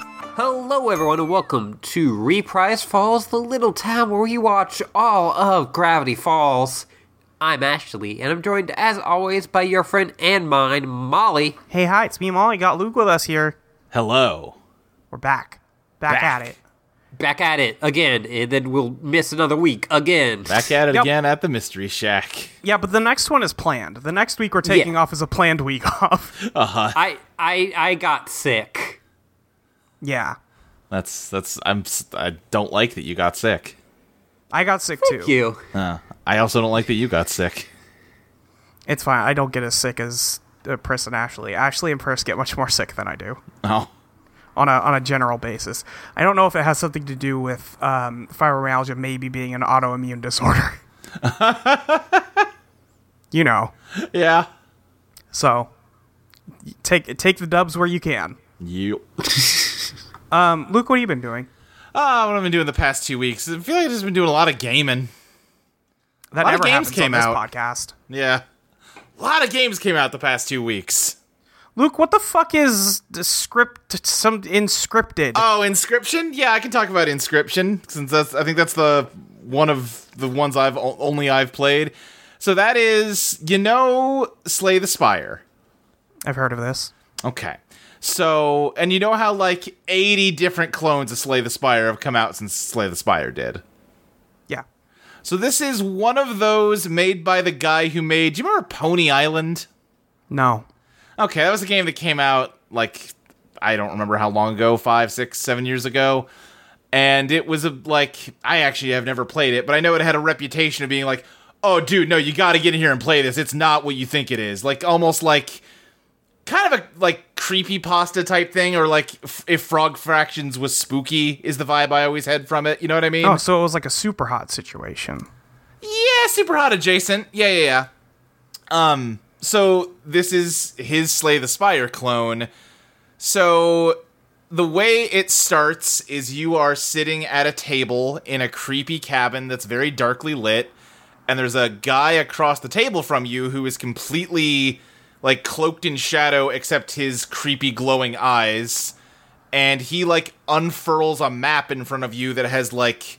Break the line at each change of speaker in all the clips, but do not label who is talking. Hello, everyone, and welcome to Reprise Falls, the little town where we watch all of Gravity Falls. I'm Ashley, and I'm joined, as always, by your friend and mine, Molly.
Hey, hi, it's me, Molly. Got Luke with us here.
Hello.
We're back. Back,
Back.
at it.
Back at it again, and then we'll miss another week again.
Back at it
Yep.
again at the Mystery Shack.
Yeah, but the next one is planned. The next week we're taking
Yeah.
off is a planned week off.
I, I, I got sick.
yeah.
That's that's I'm s- I don't like that you got sick.
I got sick too.
Thank you.
Uh, I also don't like that you got sick.
It's fine. I don't get as sick as uh, Pris and Ashley. Ashley and Pris get much more sick than I do
Oh,
on a, on a general basis. I don't know if it has something to do with um, fibromyalgia maybe being an autoimmune disorder. you know.
yeah.
So y- take take the dubs where you can.
You.
Um, Luke, what have you been doing?
Ah, what I've been doing the past two weeks. I feel like I've just been doing a lot of gaming.
That
lot of
never
games
happens
came
on this
out.
podcast.
Yeah. A lot of games came out the past two weeks.
Luke, what the fuck is the script? Some inscripted.
Oh, Inscription. Yeah, I can talk about Inscription since that's I think that's the one of the ones I've o- only I've played. So that is you know Slay the Spire.
I've heard of this.
Okay. So, and you know how like 80 different clones of Slay the Spire have come out since Slay the Spire did.
Yeah,
So this is one of those made by the guy who made, do you remember Pony Island?
no,
Okay, that was a game that came out like I don't remember how long ago, five, six, seven years ago. And it was a like I actually have never played it, but I know it had a reputation of being like, oh dude, no, you gotta get in here and play this. It's not what you think it is. Like almost like kind of a like creepy pasta type thing, or like f- if Frog Fractions was spooky is the vibe I always had from it. You know what I mean?
oh, so it was like a super hot situation.
Yeah, super hot adjacent. Yeah, yeah, yeah. Um, so this is his Slay the Spire clone. So the way it starts is you are sitting at a table in a creepy cabin that's very darkly lit, and there's a guy across the table from you who is completely like cloaked in shadow except his creepy glowing eyes. And he like unfurls a map in front of you that has like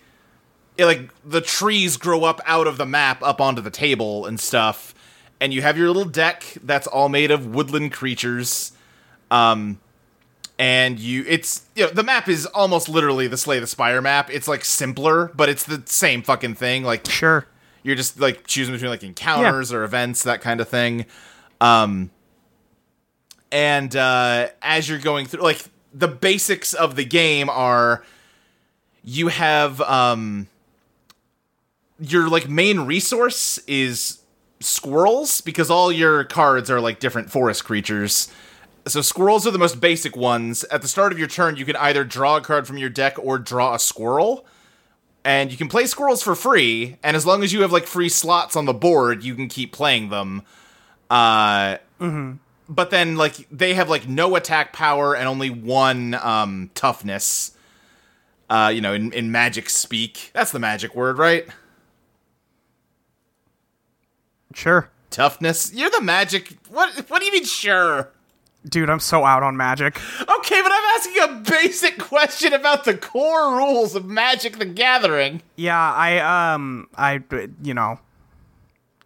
it, like the trees grow up out of the map up onto the table and stuff and you have your little deck that's all made of woodland creatures um and you it's you know the map is almost literally the slay the spire map it's like simpler but it's the same fucking thing like
Sure.
you're just like choosing between like encounters or events that kind of thing um and uh as you're going through like the basics of the game are you have um your like main resource is squirrels because all your cards are like different forest creatures so squirrels are the most basic ones at the start of your turn you can either draw a card from your deck or draw a squirrel and you can play squirrels for free and as long as you have like free slots on the board you can keep playing them uh but then like they have like no attack power and only one um toughness uh you know in, in magic speak that's the magic word right
Sure,
toughness you're the magic what what do you mean sure
dude, I'm so out on magic.
okay but i'm asking a basic question about the core rules of magic the gathering
Yeah, I um, I you know,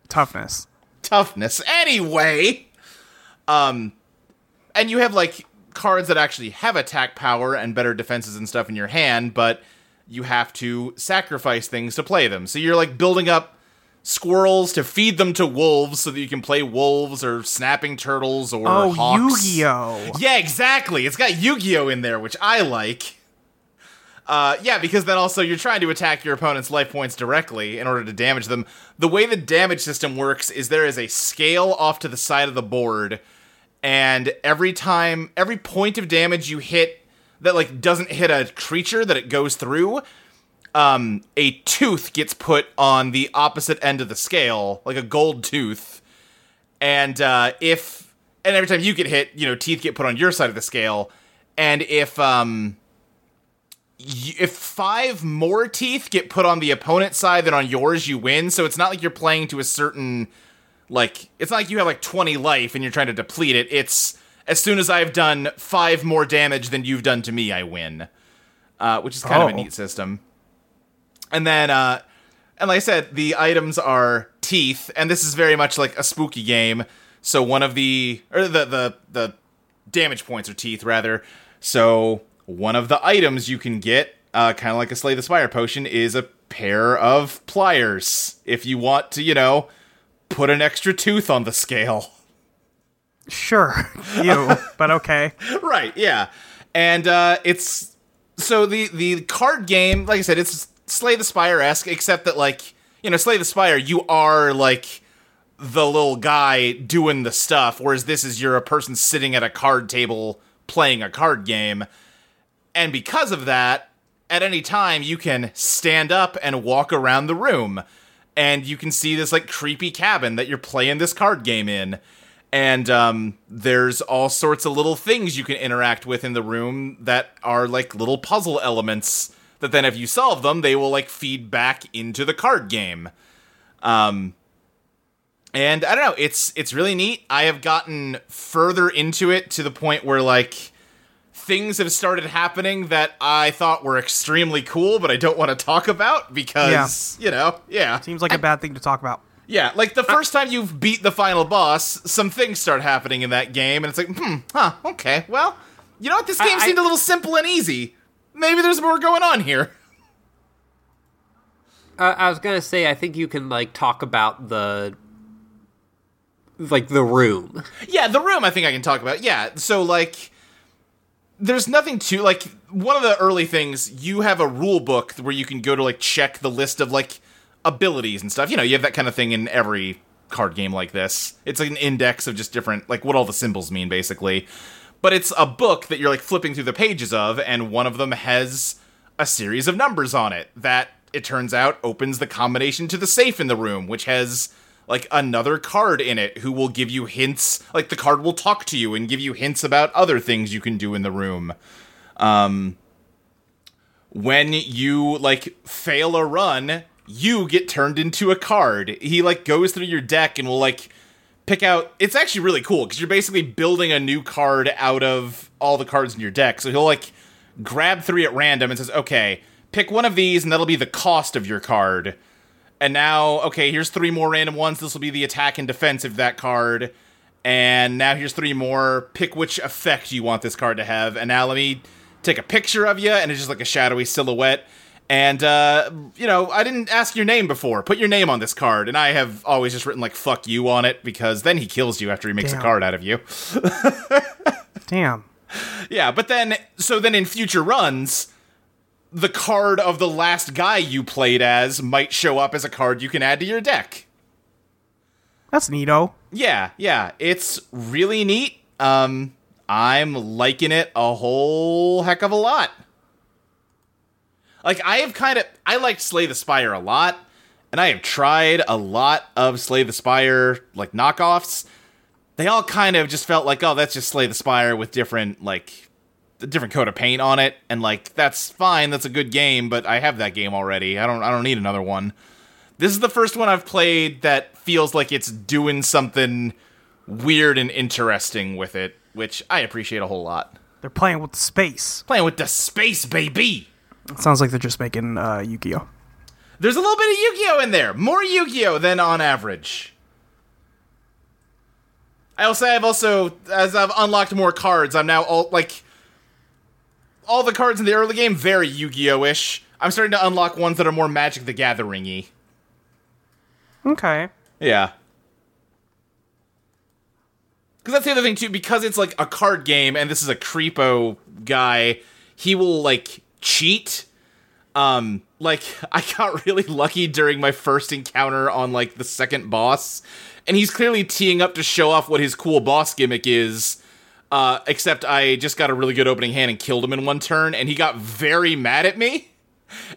toughness.
toughness anyway um and you have like cards that actually have attack power and better defenses and stuff in your hand but you have to sacrifice things to play them so you're like building up squirrels to feed them to wolves so that you can play wolves or snapping turtles or
Oh,
hawks.
Yu-Gi-Oh!
Yeah, exactly. It's got Yu-Gi-Oh in there, which I like. Uh, yeah, because then also you're trying to attack your opponent's life points directly in order to damage them. The way the damage system works is there is a scale off to the side of the board, and every time, every point of damage you hit that like doesn't hit a creature that it goes through, um, a tooth gets put on the opposite end of the scale, like a gold tooth and uh, if and every time you get hit, you know, teeth get put on your side of the scale, and if um, y- if five more teeth get put on the opponent's side than on yours, you win. So it's not like you're playing to a certain like it's not like you have like twenty life and you're trying to deplete it. It's as soon as I've done five more damage than you've done to me, I win, uh, which is kind of a
Oh.
neat system. And then, uh, and like I said, the items are teeth, and this is very much like a spooky game. So one of the or the the the damage points are teeth rather. So one of the items you can get, uh, kind of like a slay the spire potion, is a pair of pliers if you want to, you know, put an extra tooth on the scale.
Sure, you, but okay.
right yeah and uh it's so the the card game like i said it's slay the spire-esque except that like you know slay the spire you are like the little guy doing the stuff whereas this is you're a person sitting at a card table playing a card game and because of that at any time you can stand up and walk around the room and you can see this like creepy cabin that you're playing this card game in and um, there's all sorts of little things you can interact with in the room that are like little puzzle elements that then if you solve them they will like feed back into the card game um and i don't know it's it's really neat i have gotten further into it to the point where like things have started happening that i thought were extremely cool but i don't want to talk about because you know yeah
Seems like a bad thing to talk about.
yeah, like the first time you've beat the final boss, some things start happening in that game, and it's like, hmm, huh, okay, well, you know what? This game
I-
seemed a little simple and easy. Maybe there's more going on here.
Uh, I was gonna say, I think you can like talk about the like the room.
Yeah, the room I think I can talk about. Yeah, so like there's nothing to like one of the early things you have a rule book where you can go to like check the list of like abilities and stuff. You know, you have that kind of thing in every card game like this. It's like an index of just different like what all the symbols mean basically. But it's a book that you're like flipping through the pages of and one of them has a series of numbers on it that it turns out opens the combination to the safe in the room which has like another card in it who will give you hints like the card will talk to you and give you hints about other things you can do in the room um when you like fail a run you get turned into a card he like goes through your deck and will like pick out it's actually really cool because you're basically building a new card out of all the cards in your deck so he'll like grab three at random and says okay pick one of these and that'll be the cost of your card and now okay here's three more random ones this will be the attack and defense of that card and now here's three more pick which effect you want this card to have and now let me take a picture of you and it's just like a shadowy silhouette and uh you know i didn't ask your name before put your name on this card and i have always just written like fuck you on it because then he kills you after he makes
Damn.
a card out of you
Damn.
yeah, but then so then in future runs, the card of the last guy you played as might show up as a card you can add to your deck.
That's neato.
Yeah, yeah, it's really neat. Um I'm liking it a whole heck of a lot. Like I have kind of I liked Slay the Spire a lot, and I have tried a lot of Slay the Spire like knockoffs. They all kind of just felt like, oh, that's just Slay the Spire with different like a different coat of paint on it, and like that's fine, that's a good game, but I have that game already. I don't I don't need another one. This is the first one I've played that feels like it's doing something weird and interesting with it, which I appreciate a whole lot.
They're playing with space.
Playing with the space baby.
It sounds like they're just making uh, Yu-Gi-Oh.
There's a little bit of Yu-Gi-Oh in there. More Yu-Gi-Oh than on average. I will say I've also as I've unlocked more cards, I'm now all like all the cards in the early game very Yu-Gi-Oh-ish. I'm starting to unlock ones that are more Magic the Gathering-y.
Okay.
Yeah. Because that's the other thing too. Because it's like a card game, and this is a creepo guy. He will like cheat. Um, like I got really lucky during my first encounter on like the second boss, and he's clearly teeing up to show off what his cool boss gimmick is. Uh, except I just got a really good opening hand and killed him in one turn, and he got very mad at me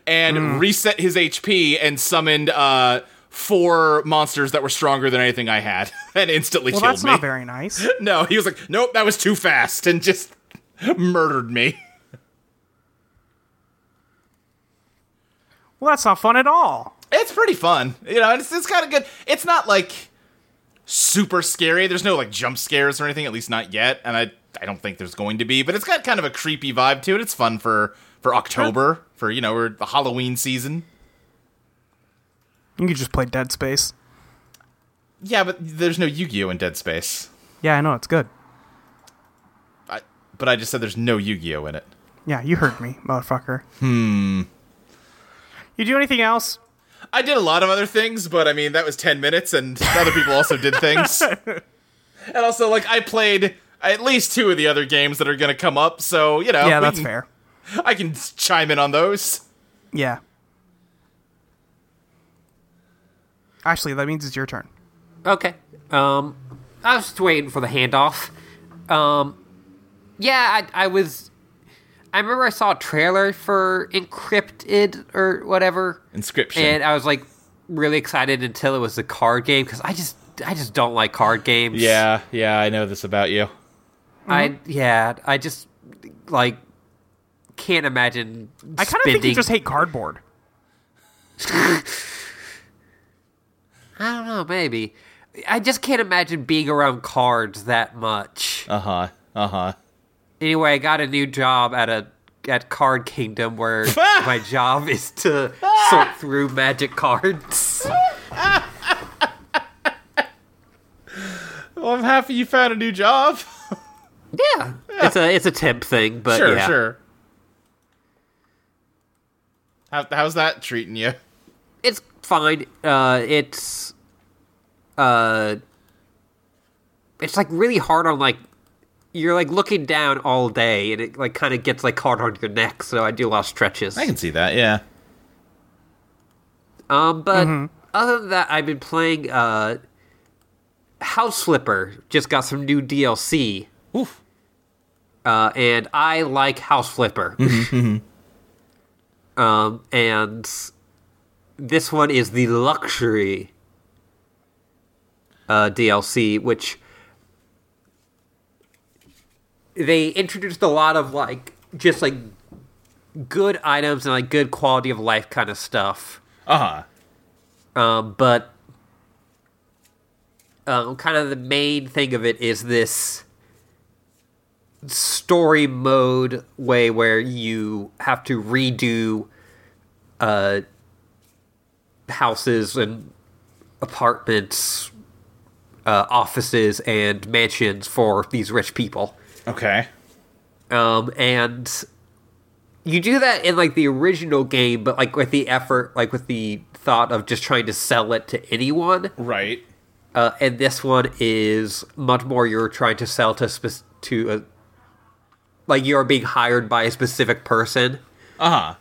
and
Hmm.
reset his HP and summoned uh four monsters that were stronger than anything I had and instantly
Well,
killed
that's
me.
not very nice.
no, he was like, "Nope, that was too fast," and just murdered me.
Well, that's not fun at all.
It's pretty fun, you know. and It's it's kind of good. It's not like super scary. There's no like jump scares or anything, at least not yet. And I I don't think there's going to be, but it's got kind of a creepy vibe to it. It's fun for for October, for you know, or the Halloween season.
You could just play Dead Space.
Yeah, but there's no Yu-Gi-Oh in Dead Space.
Yeah, I know it's good.
I, but I just said there's no Yu-Gi-Oh in it.
Yeah, you heard me, motherfucker. Hmm. You do anything else?
I did a lot of other things, but I mean that was ten minutes, and other people also did things. And also, like I played at least two of the other games that are going to come up, so you know.
yeah,
we
that's
can-
fair.
I can s- chime in on those.
Yeah. Actually, that means it's your turn.
Okay. Um, I was just waiting for the handoff. Um, yeah, I, I was. I remember I saw a trailer for Encrypted or whatever,
Inscription.
and I was like really excited until it was a card game because I just I just don't like card games.
yeah, yeah, I know this about you.
I
Mm-hmm.
yeah, I just like can't imagine.
I kind of think you
spending-
just hate cardboard.
I don't know, maybe. I just can't imagine being around cards that much.
Uh huh. Uh huh.
anyway, I got a new job at a at Card Kingdom where my job is to sort through magic cards.
Well, I'm happy you found a new job.
Yeah. It's a it's a temp thing, but
sure,
yeah.
sure. How, how's that treating you?
It's fine. Uh it's uh it's like really hard on like you're like looking down all day and it like kind of gets like hard on your neck, so I do a lot of stretches.
I can see that. Yeah.
Um, but
Mm-hmm.
other than that, I've been playing uh, House Flipper. Just got some new DLC.
Oof.
Uh, and I like House Flipper. um, and this one is the luxury uh, DLC, which they introduced a lot of like just like good items and like good quality of life kind of stuff
Uh huh.
um, but um, kind of the main thing of it is this story mode way where you have to redo uh, houses and apartments, uh, offices and mansions for these rich people
Okay.
um, and you do that in like the original game, but like with the effort, like with the thought of just trying to sell it to anyone.
Right.
Uh, and this one is much more you're trying to sell to spec- to a, like you're being hired by a specific person.
Uh huh.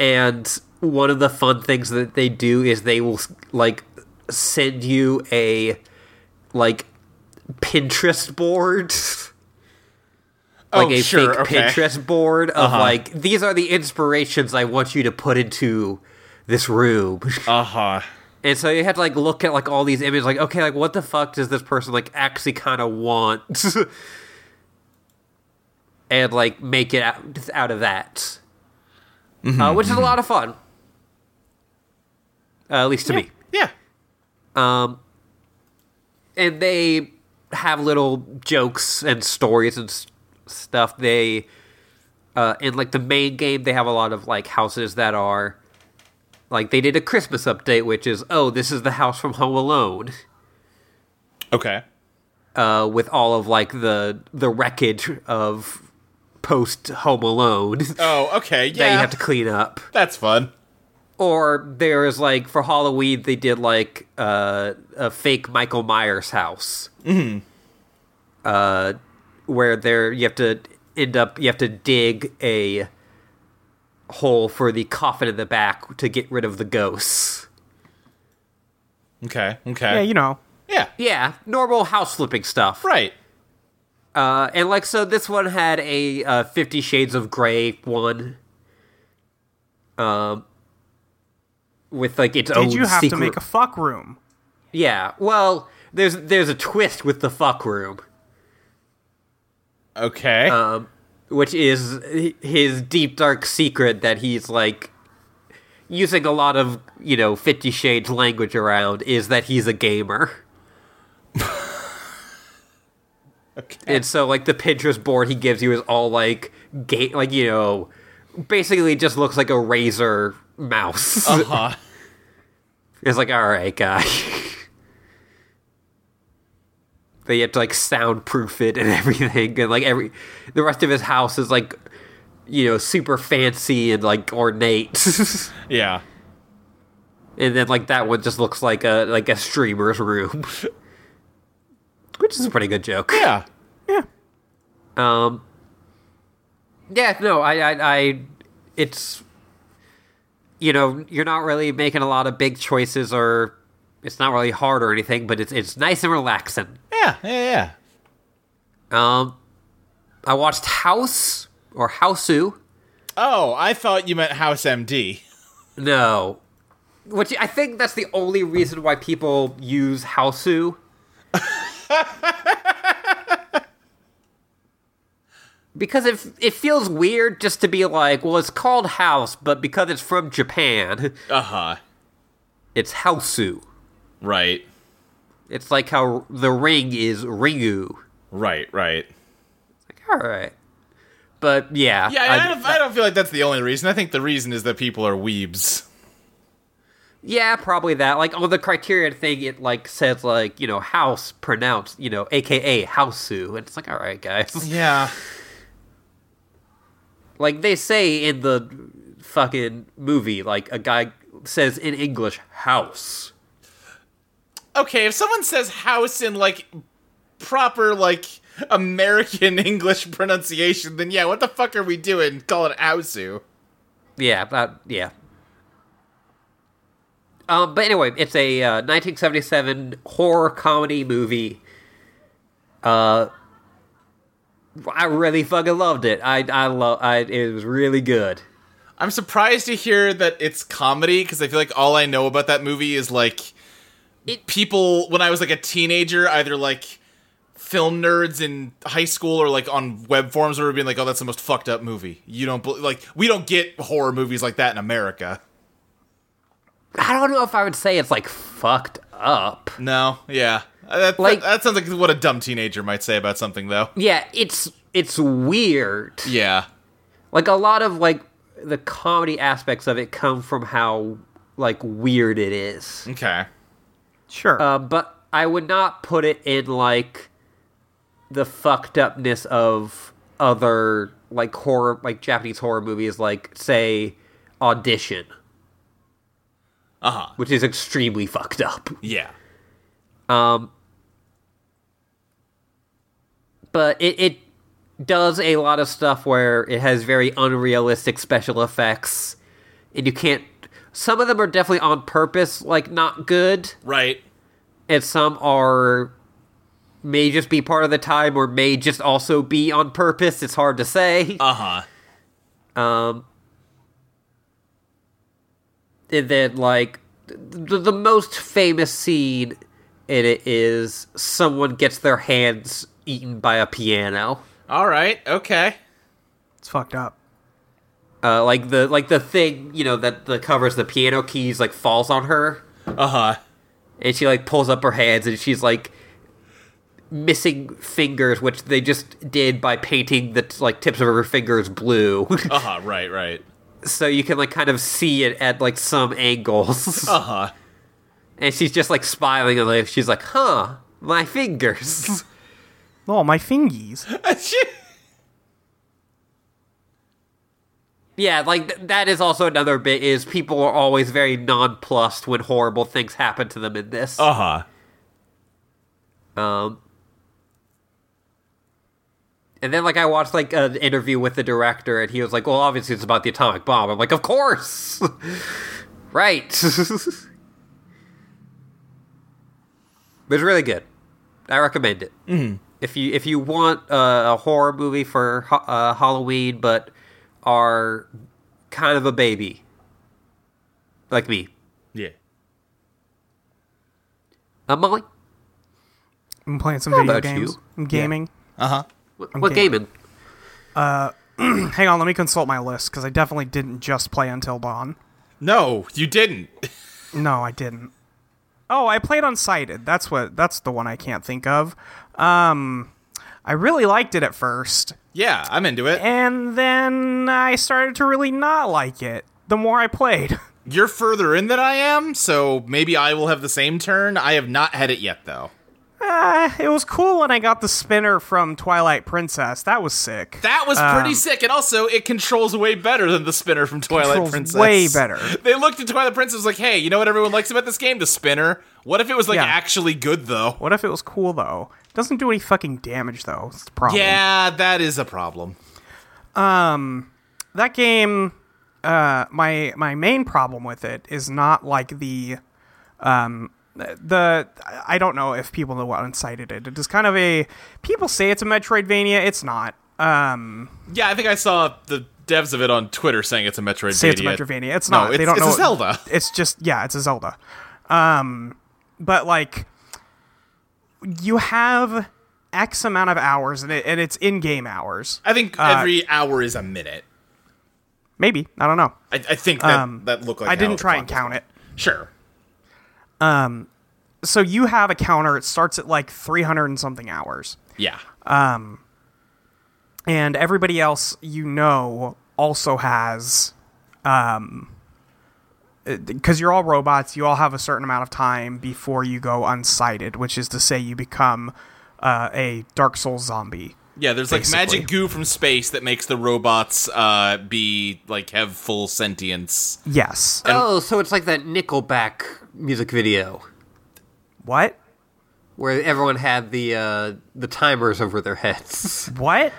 And one of the fun things that they do is they will like send you a like Pinterest board. like
oh,
a
sure.
fake
okay. Uh-huh.
Pinterest board of like these are the inspirations I want you to put into this room.
Uh huh.
And so you had to like look at like all these images like okay like what the fuck does this person like actually kind of want? and like make it out, out of that. Uh, which is a lot of fun. Uh, at least to me.
Yeah.
and they have little jokes and stories and s- stuff. They uh, in like the main game, they have a lot of like houses that are like they did a Christmas update, which is oh, this is the house from Home Alone,
Okay.
uh, with all of like the the wreckage of post Home Alone
Oh, okay.
that
Yeah.
you have to clean up.
That's fun.
Or there is like for Halloween, they did like uh, a fake Michael Myers house, mm-hmm. uh, where there you have to end up you have to dig a hole for the coffin in the back to get rid of the ghosts.
Okay.
Yeah,
Okay.
you know.
yeah.
Yeah, normal house flipping stuff.
Right.
Uh, and like so, this one had a uh, Fifty Shades of Grey one. Um, with like its own.
Did you have to
secret-
make a fuck room?
Yeah. Well, there's there's a twist with the fuck room,
Okay.
which is hi- his deep dark secret that he's like using a lot of you know Fifty Shades language around is that he's a gamer.
Okay.
And so like the Pinterest board he gives you is all like gate like you know basically just looks like a razor mouse.
Uh-huh.
It's like all right, guy. they had to like soundproof it and everything and like every the rest of his house is like you know super fancy and like ornate.
Yeah.
and then like that one just looks like a like a streamer's room. Which is a pretty good joke.
Yeah.
Yeah.
Um, yeah, no, I, I, I, it's, you know, you're not really making a lot of big choices, or it's not really hard or anything, but it's it's nice and relaxing.
Yeah. Yeah. Yeah.
Um, I watched House or Houseu.
Oh, I thought you meant House MD.
No, which I think that's the only reason why people use Houseu. because it it feels weird just to be like, well, it's called House, but because it's from Japan,
Uh huh.
it's Houseu.
Right.
It's like how the ring is Ringu.
Right. Right.
Like, all right, but yeah,
Yeah, I, I, don't, I don't feel like that's the only reason. I think the reason is that people are weebs.
Yeah, probably that. Like on the Criterion thing, it like says like you know house pronounced you know AKA Houseu, and it's like all right, guys.
Yeah.
Like they say in the fucking movie, like a guy says in English house.
Okay, if someone says house in like proper like American English pronunciation, then yeah, what the fuck are we doing? Call it Ausu.
Yeah, that yeah. Um, but anyway, it's a uh, 1977 horror comedy movie. Uh, I really fucking loved it. I I love. I it was really good.
I'm surprised to hear that it's comedy because I feel like all I know about that movie is like people when I was like a teenager, either like film nerds in high school or like on web forums were being like, "Oh, that's the most fucked up movie." You don't bel like we don't get horror movies like that in America.
I don't know if I would say it's like fucked up.
No, yeah, Uh, that,
Like-
that, that sounds like what a dumb teenager might say about something though.
Yeah, it's it's weird.
Yeah.
Like a lot of like the comedy aspects of it come from how like weird it is.
Okay.
Sure.
Uh, but I would not put it in like the fucked upness of other like horror like Japanese horror movies like say Audition,
Uh huh.
which is extremely fucked up.
Yeah.
Um, but it, it does a lot of stuff where it has very unrealistic special effects, and you can't. Some of them are definitely on purpose, like not good,
Right.
and some are may just be part of the time or may just also be on purpose. It's hard to say.
Uh huh.
Um, and then like the, the most famous scene in it is someone gets their hands eaten by a piano.
All right. Okay.
it's fucked up.
Uh, like the like the thing you know that that covers the piano keys like falls on her
Uh huh.
and she like pulls up her hands and she's like missing fingers which they just did by painting the t- like tips of her fingers blue
Uh huh. Right. Right.
so you can like kind of see it at like some angles
Uh huh.
And she's just like smiling and like she's like, huh, my fingers.
Oh, my fingies.
Uh-huh.
yeah, like th- that is also another bit is people are always very nonplussed when horrible things happen to them in this.
uh huh.
Um and then, like, I watched like an interview with the director, and he was like, "Well, obviously, it's about the atomic bomb." I'm like, "Of course, right." it was really good. I recommend it. If you if you want uh, a horror movie for ha- uh, Halloween, but are kind of a baby, like me,
Yeah.
uh, Molly.
I'm playing some
How
video
about you?
games. I'm gaming.
Uh huh.
What, what
gaming.
gaming?
Hang on, let me consult my list because I definitely didn't just play Until Dawn.
No, you didn't.
No, I didn't. Oh, I played Unsighted. That's what. That's the one I can't think of. Um, I really liked it at first,
Yeah, I'm into it.
and then I started to really not like it the more I played.
You're further in than I am, so maybe I will have the same turn. I have not had it yet, though.
Uh, it was cool when I got the spinner from Twilight Princess. That was sick.
That was
Um,
pretty sick, and also it controls way better than the spinner from Twilight
Controls
Princess.
way better.
They looked at Twilight Princess like, "Hey, you know what everyone likes about this game? The spinner. What if it was like
Yeah.
actually good though?"
What if it was cool though? Doesn't do any fucking damage though. It's the problem.
Yeah, that is a problem.
That game uh my my main problem with it is not like the um the I don't know if people know what incited it. It is kind of a people say it's a Metroidvania, it's not.
Yeah, I think I saw the devs of it on Twitter saying it's a Metroidvania.
say it's a Metroidvania. It's
No,
not.
it's-
they don't
it's
know.
a Zelda.
It's just yeah, it's a Zelda. Um, but like, you have X amount of hours, and, it, and it's in-game hours.
I think every hour is a minute.
Maybe I don't know.
I, I think that that looked like
um, I
how
didn't
the
try and
clock was
count it.
going. Sure.
So you have a counter. It starts at like 300 and something hours,
Yeah.
and everybody else you know also has. Um, because you're all robots, you all have a certain amount of time before you go unsighted, which is to say, you become uh, a Dark Souls zombie.
Yeah, there's like
Basically.
magic goo from space that makes the robots uh, be like have full sentience.
Yes.
oh, so it's like that Nickelback music video
What?
where everyone had the uh, the timers over their heads.
What?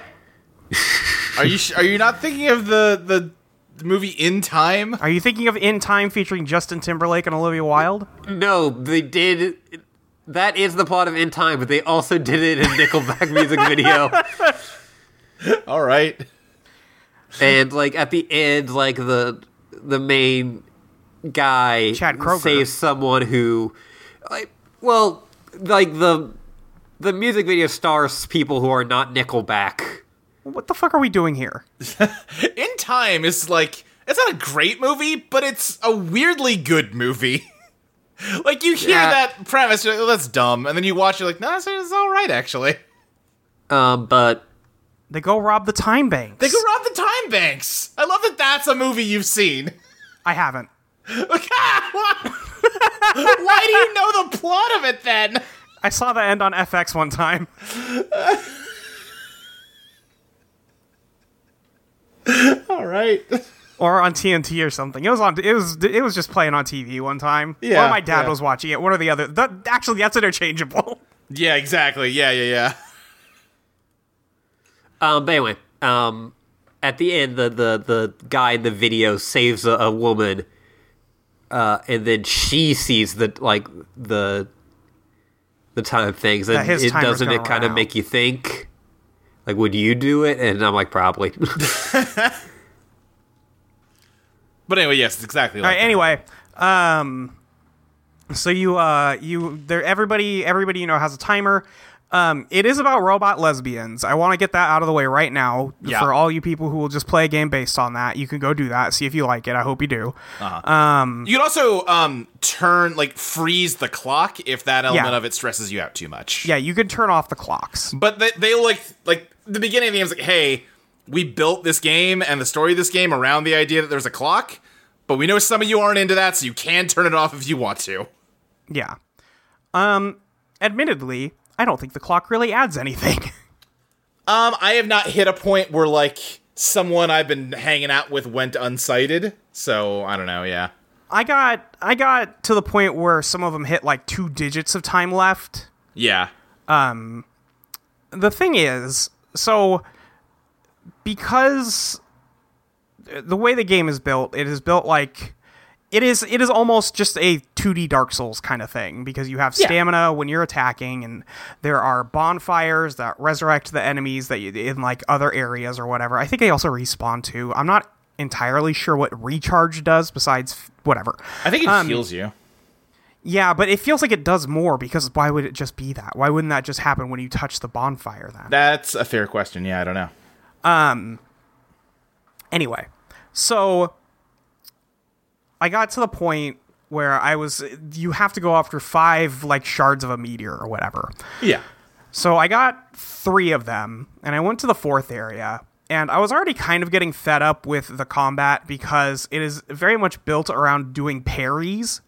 Are you sh- are you not thinking of the the, the movie In Time?
Are you thinking of In Time featuring Justin Timberlake and Olivia Wilde?
no, they did. That is the plot of In Time, but they also did it in Nickelback music video.
All right.
and like at the end, like the the main guy
Chad Kroeger.
saves someone who, like, well, like the the music video stars people who are not Nickelback.
What the fuck are we doing here?
In Time is like it's not a great movie, but it's a weirdly good movie. like you hear
Yeah.
that premise, you're like, oh, that's dumb, and then you watch, it, you're like, no, it's, it's all right actually.
Um, but
They go rob the time banks.
They go rob the time banks. I love that. That's a movie you've seen.
I haven't.
Like, ah, why, why do you know the plot of it then?
I saw the end on FX one time.
All right.
Or on TNT or something. It was on. It was. It was just playing on TV one time.
Yeah,
Or my dad
yeah.
was watching it. One or the other. That, actually, that's interchangeable.
Yeah, exactly. Yeah, yeah, yeah.
Um, but anyway, um, at the end, the, the, the guy in the video saves a, a woman, uh, and then she sees the like the the time things, and
That his
it
timer's
doesn't
gonna
it
run
kind of
out.
make you think, like, would you do it? And I'm like, probably.
But anyway, yes, exactly.
All
Like
right. Anyway, um, so you uh you there everybody everybody you know has a timer. Um, it is about robot lesbians. I want to get that out of the way right now
Yeah.
for all you people who will just play a game based on that. You can go do that. See if you like it. I hope you do.
You can also um turn like freeze the clock if that element
Yeah.
of it stresses you out too much.
Yeah, you could turn off the clocks.
But they, they like like the beginning of the game's like, hey, we built this game and the story of this game around the idea that there's a clock, but we know some of you aren't into that, so you can turn it off if you want to.
Yeah. Um, admittedly, I don't think the clock really adds anything.
Um, I have not hit a point where like someone I've been hanging out with went unsighted, so I don't know. Yeah.
I got I got to the point where some of them hit like two digits of time left.
Yeah.
the thing is, so because the way the game is built, it is built like it is it is almost just a 2D Dark Souls kind of thing because you have stamina when you're attacking and there are bonfires that resurrect the enemies that you, in like other areas or whatever. I think they also respawn too. I'm not entirely sure what recharge does besides f- whatever.
I think it
Um,
heals you.
Yeah, but it feels like it does more because why would it just be that? Why wouldn't that just happen when you touch the bonfire then?
That's a fair question. Yeah, I don't know.
Anyway, so I got to the point where I was you have to go after five like shards of a meteor or whatever.
Yeah.
So I got three of them, and I went to the fourth area. And I was already kind of getting fed up with the combat because it is very much built around doing parries.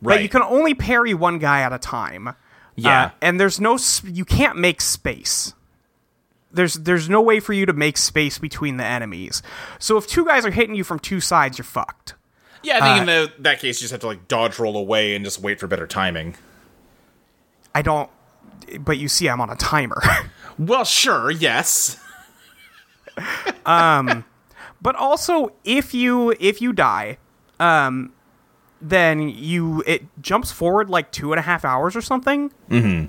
But
Right.
you can only parry one guy at a time. Uh,
Yeah.
and there's no, sp- you can't make space. There's, there's no way for you to make space between the enemies. So if two guys are hitting you from two sides, you're fucked.
Yeah, I think in the, that case, you just have to like dodge roll away and just wait for better timing.
I don't, but you see, I'm on a timer.
Well, sure, yes.
but also if you if you die um then you it jumps forward like two and a half hours or something mm-hmm.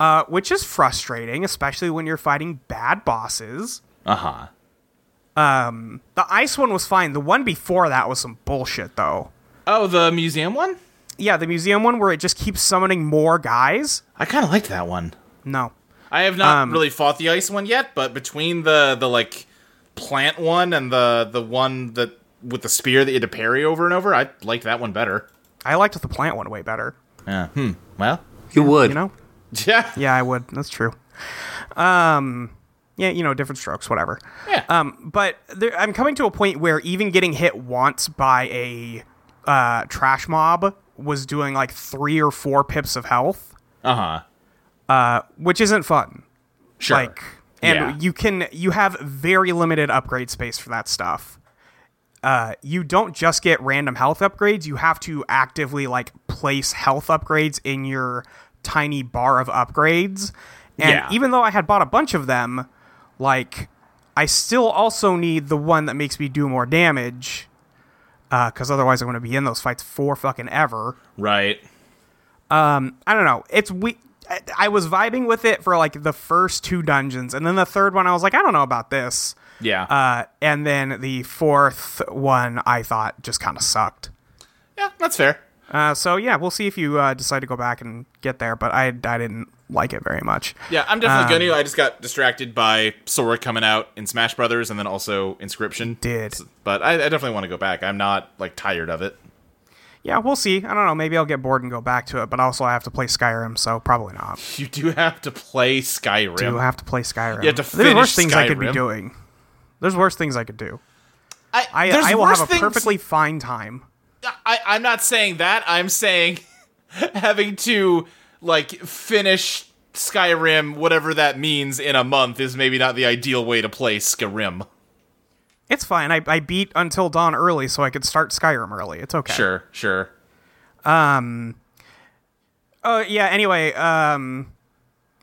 uh which is frustrating especially when you're fighting bad bosses
Uh huh.
the ice one was fine the one before that was some bullshit though
Oh, the museum one?
yeah the museum one where it just keeps summoning more guys
I kind of liked that one.
no
I have not really fought the ice one yet, but between the the like plant one and the the one that with the spear that you had to parry over and over, I liked that one better.
i liked the plant one way better
Yeah. Hmm. Well.
You would.
you know
Yeah.
yeah i would that's true um yeah you know different strokes whatever
Yeah.
but there, I'm coming to a point where even getting hit once by a uh, trash mob was doing like three or four pips of health,
uh huh.
which isn't fun.
Sure.
Like, and
Yeah.
you can you have very limited upgrade space for that stuff. Uh, you don't just get random health upgrades. You have to actively like place health upgrades in your tiny bar of upgrades. And
Yeah.
even though I had bought a bunch of them, like I still also need the one that makes me do more damage. Because otherwise, I'm going to be in those fights for fucking ever.
right.
I don't know. It's we. I- I was vibing with it for like the first two dungeons, and then the third one, I was like, I don't know about this.
Yeah.
Uh, and then the fourth one, I thought just kind of sucked.
yeah. That's fair.
Uh, so yeah, we'll see if you uh, decide to go back and get there. But I, I didn't like it very much.
Yeah, I'm definitely going
Um,
to. I just got distracted by Sora coming out in Smash Brothers and then also Inscription.
Did.
But I, I definitely want to go back. I'm not like tired of it.
Yeah, we'll see. I don't know. Maybe I'll get bored and go back to it. But also, I have to play Skyrim, so probably not.
You do have to play Skyrim.
Do have to play Skyrim.
You have to
There's
finish
worse things I could be
Skyrim.
doing. There's worse things I could do.
I,
I,
there's
I will
worse
have a
things-
perfectly fine time.
I, I'm not saying that. I'm saying having to like finish Skyrim, whatever that means, in a month is maybe not the ideal way to play Skyrim.
It's fine. I, I beat Until Dawn early so I could start Skyrim early. It's okay.
Sure, sure.
Oh, yeah. Anyway, um,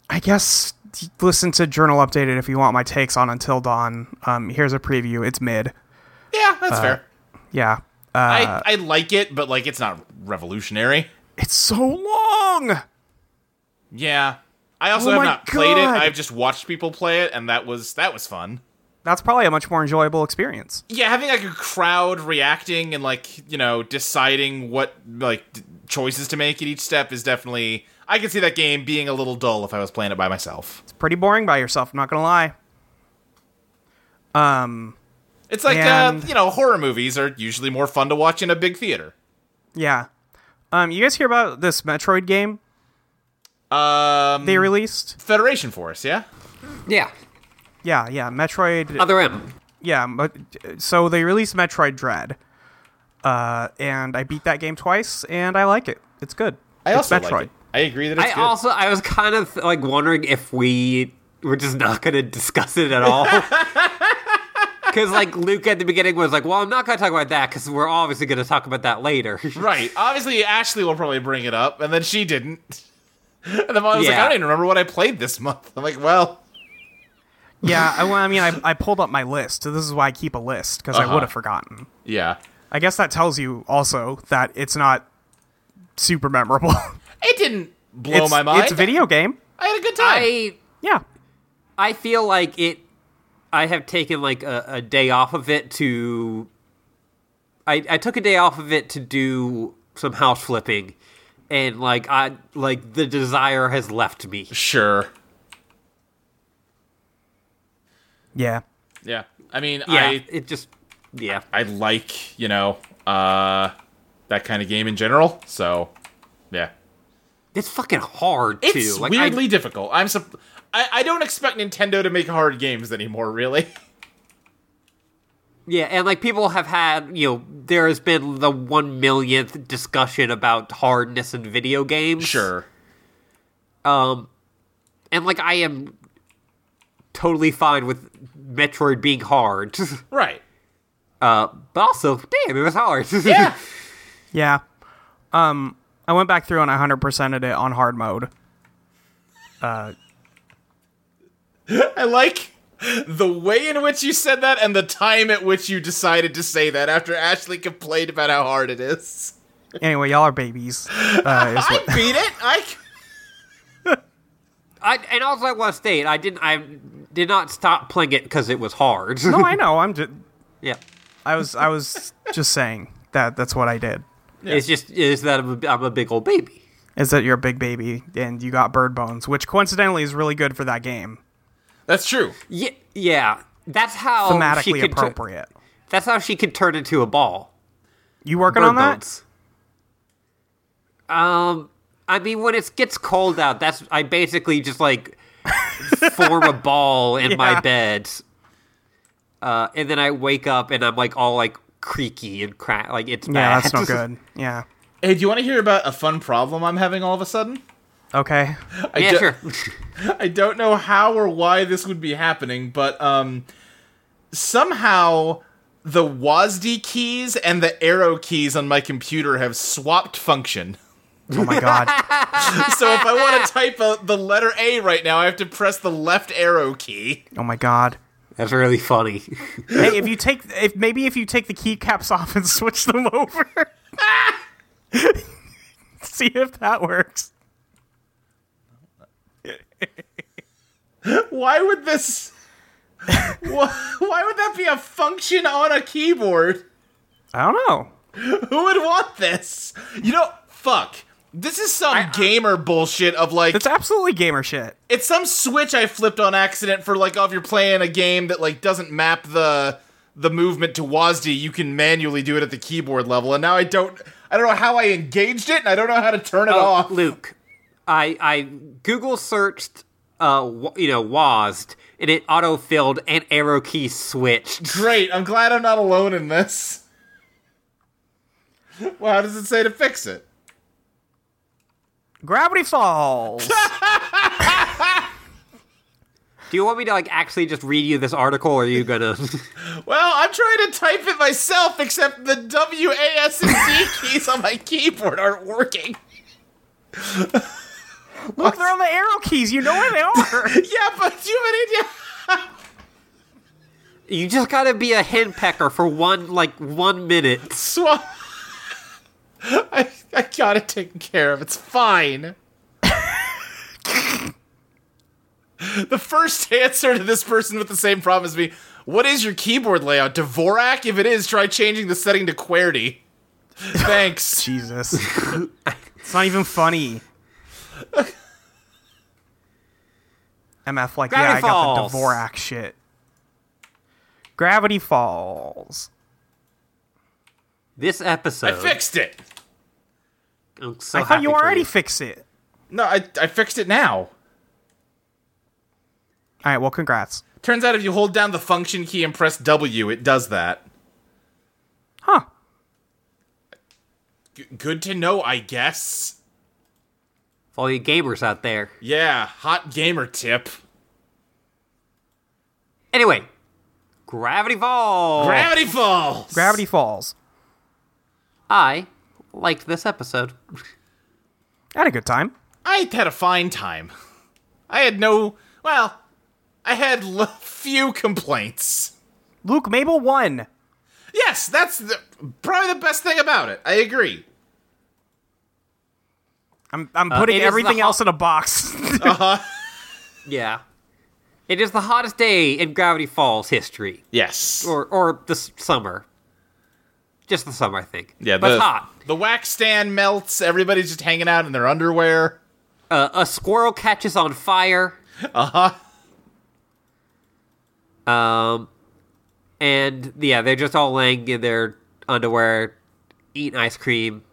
I guess listen to Journal Updated if you want my takes on Until Dawn. Um, here's a preview. It's mid.
Yeah, that's
Uh,
fair.
Yeah. uh,
I, I like it, but like it's not revolutionary.
It's so long.
Yeah. I also
Oh
have
my
not played it.
God.
I've just watched people play it, and that was that was fun.
That's probably a much more enjoyable experience.
Yeah, having like a crowd reacting and like you know deciding what like d- choices to make at each step is definitely. I could see that game being a little dull if I was playing it by myself.
It's pretty boring by yourself. I'm not gonna lie.
It's like uh,
And-
you know horror movies are usually more fun to watch in a big theater.
Yeah. Um, you guys hear about this Metroid game
Um,
they released?
Federation Force, yeah,
Yeah.
Yeah, yeah. Metroid.
Other M.
yeah, but so they released Metroid Dread, uh, and I beat that game twice, and I like it. It's good.
I
it's
also
Metroid.
like it. I agree that it's
I
good.
also I was kind of like wondering if we were just not going to discuss it at all. Because like Luke at the beginning was like, "Well, I'm not going to talk about that because we're obviously going to talk about that later."
Right. Obviously, Ashley will probably bring it up, and then she didn't. And then I was like, I
Yeah.
don't even remember what I played this month. I'm like, well,
Yeah, I, well, I mean, I, I pulled up my list. So this is why I keep a list because I
Uh-huh.
would have forgotten.
yeah.
I guess that tells you also that it's not super memorable.
It didn't blow
it's,
Oh, my mind.
It's a video game.
I had a good time.
I
Yeah,
I feel like it. I have taken like a, a day off of it to. I, I took a day off of it to do some house flipping, and like I like the desire has left me.
sure.
yeah.
Yeah. I mean,
Yeah,
I
it just yeah.
I like you know uh that kind of game in general. So yeah,
It's fucking hard too.
It's
like
weirdly
I,
difficult. I'm sup- I, I don't expect Nintendo to make hard games anymore, really.
yeah, and like people have had, you know, there has been the one millionth discussion about hardness in video games. Um, and like I am totally fine with Metroid being hard,
Right.
uh, but also, damn, it was hard.
Yeah.
Yeah. Um, I went back through and I hundred percented it on hard mode.
I like the way in which you said that and the time at which you decided to say that after Ashley complained about how hard it is.
Anyway, y'all are babies. Uh, is
I
what-
beat it. I
I, and also, I want to state I didn't. I did not stop playing it because it was hard.
no, oh, I know. I'm just.
yeah.
I was. I was just saying that. That's what I did.
It's just is that I'm a, I'm a big old baby.
Is that you're a big baby and you got bird bones, which coincidentally is really good for that game.
That's true.
Yeah, yeah. That's how she
Thematically
Oh, could tu-
appropriate.
that's how she could turn into a ball.
you working
Bird
on that?
bones. Um, I mean, when it gets cold out, that's I basically just like form a ball in
Yeah.
my bed, uh, and then I wake up and I'm like all like creaky and crack. Like it's
Yeah,
bad.
that's no good. Yeah.
Hey, do you want to hear about a fun problem I'm having all of a sudden?
Okay.
I
yeah,
do-
sure.
I don't know how or why this would be happening, but um somehow the WASD keys and the arrow keys on my computer have swapped function.
Oh my god.
So if I want to type uh the letter A right now, I have to press the left arrow key.
Oh my god.
that's really funny.
Hey, if you take if maybe if you take the keycaps off and switch them over. See if that works.
Why would this Wha- why would that be a function on a keyboard?
I don't know.
Who would want this? You know, fuck. This is some gamer bullshit of like
It's absolutely gamer shit.
It's some switch I flipped on accident for like oh, if you're playing a game that like doesn't map the the movement to WASD, you can manually do it at the keyboard level. And now I don't I don't know how I engaged it and I don't know how to turn it
Oh,
off.
Luke, I I Google searched uh wa- you know WASD and it auto filled and arrow key switched.
Great, I'm glad I'm not alone in this. Well, how does it say to fix it?
Gravity Falls.
Do you want me to like actually just read you this article or are you gonna
Well, I'm trying to type it myself, except the W, A, S, and D keys on my keyboard aren't working.
Look, they're on the arrow keys. You know where they are.
Yeah, but do you have an idea?
You just gotta be a henpecker for one like one minute.
Swap. I, I got it taken care of. It's fine. the first answer to this person with the same problem is me. What is your keyboard layout? Dvorak? If it is, try changing the setting to QWERTY. Thanks.
Jesus. it's not even funny. MF, like, yeah,
Gravity
I got
Falls.
the Dvorak shit. Gravity Falls.
This episode.
I fixed it.
I'm so
I thought
happy
you
for
already fixed it.
No, I, I fixed it now.
All right, well, congrats.
Turns out if you hold down the function key and press W, it does that.
Huh.
G- good to know, I guess.
For all you gamers out there.
Yeah, hot gamer tip.
Anyway, Gravity Falls.
Gravity Falls!
Gravity Falls.
I liked this episode.
I had a good time.
I had a fine time. I had no, well, I had l- few complaints.
Luke Mabel won.
Yes, that's the, probably the best thing about it. I agree.
I'm, I'm putting
Uh, it is
everything
the ho-
else in a box.
Yeah. It is the hottest day in Gravity Falls history.
Yes.
Or or this summer. Just the summer, I think.
yeah,
but
the,
it's hot.
The wax stand melts. Everybody's just hanging out in their underwear.
Uh, a squirrel catches on fire. Uh huh. Um, and yeah, they're just all laying in their underwear, eating ice cream.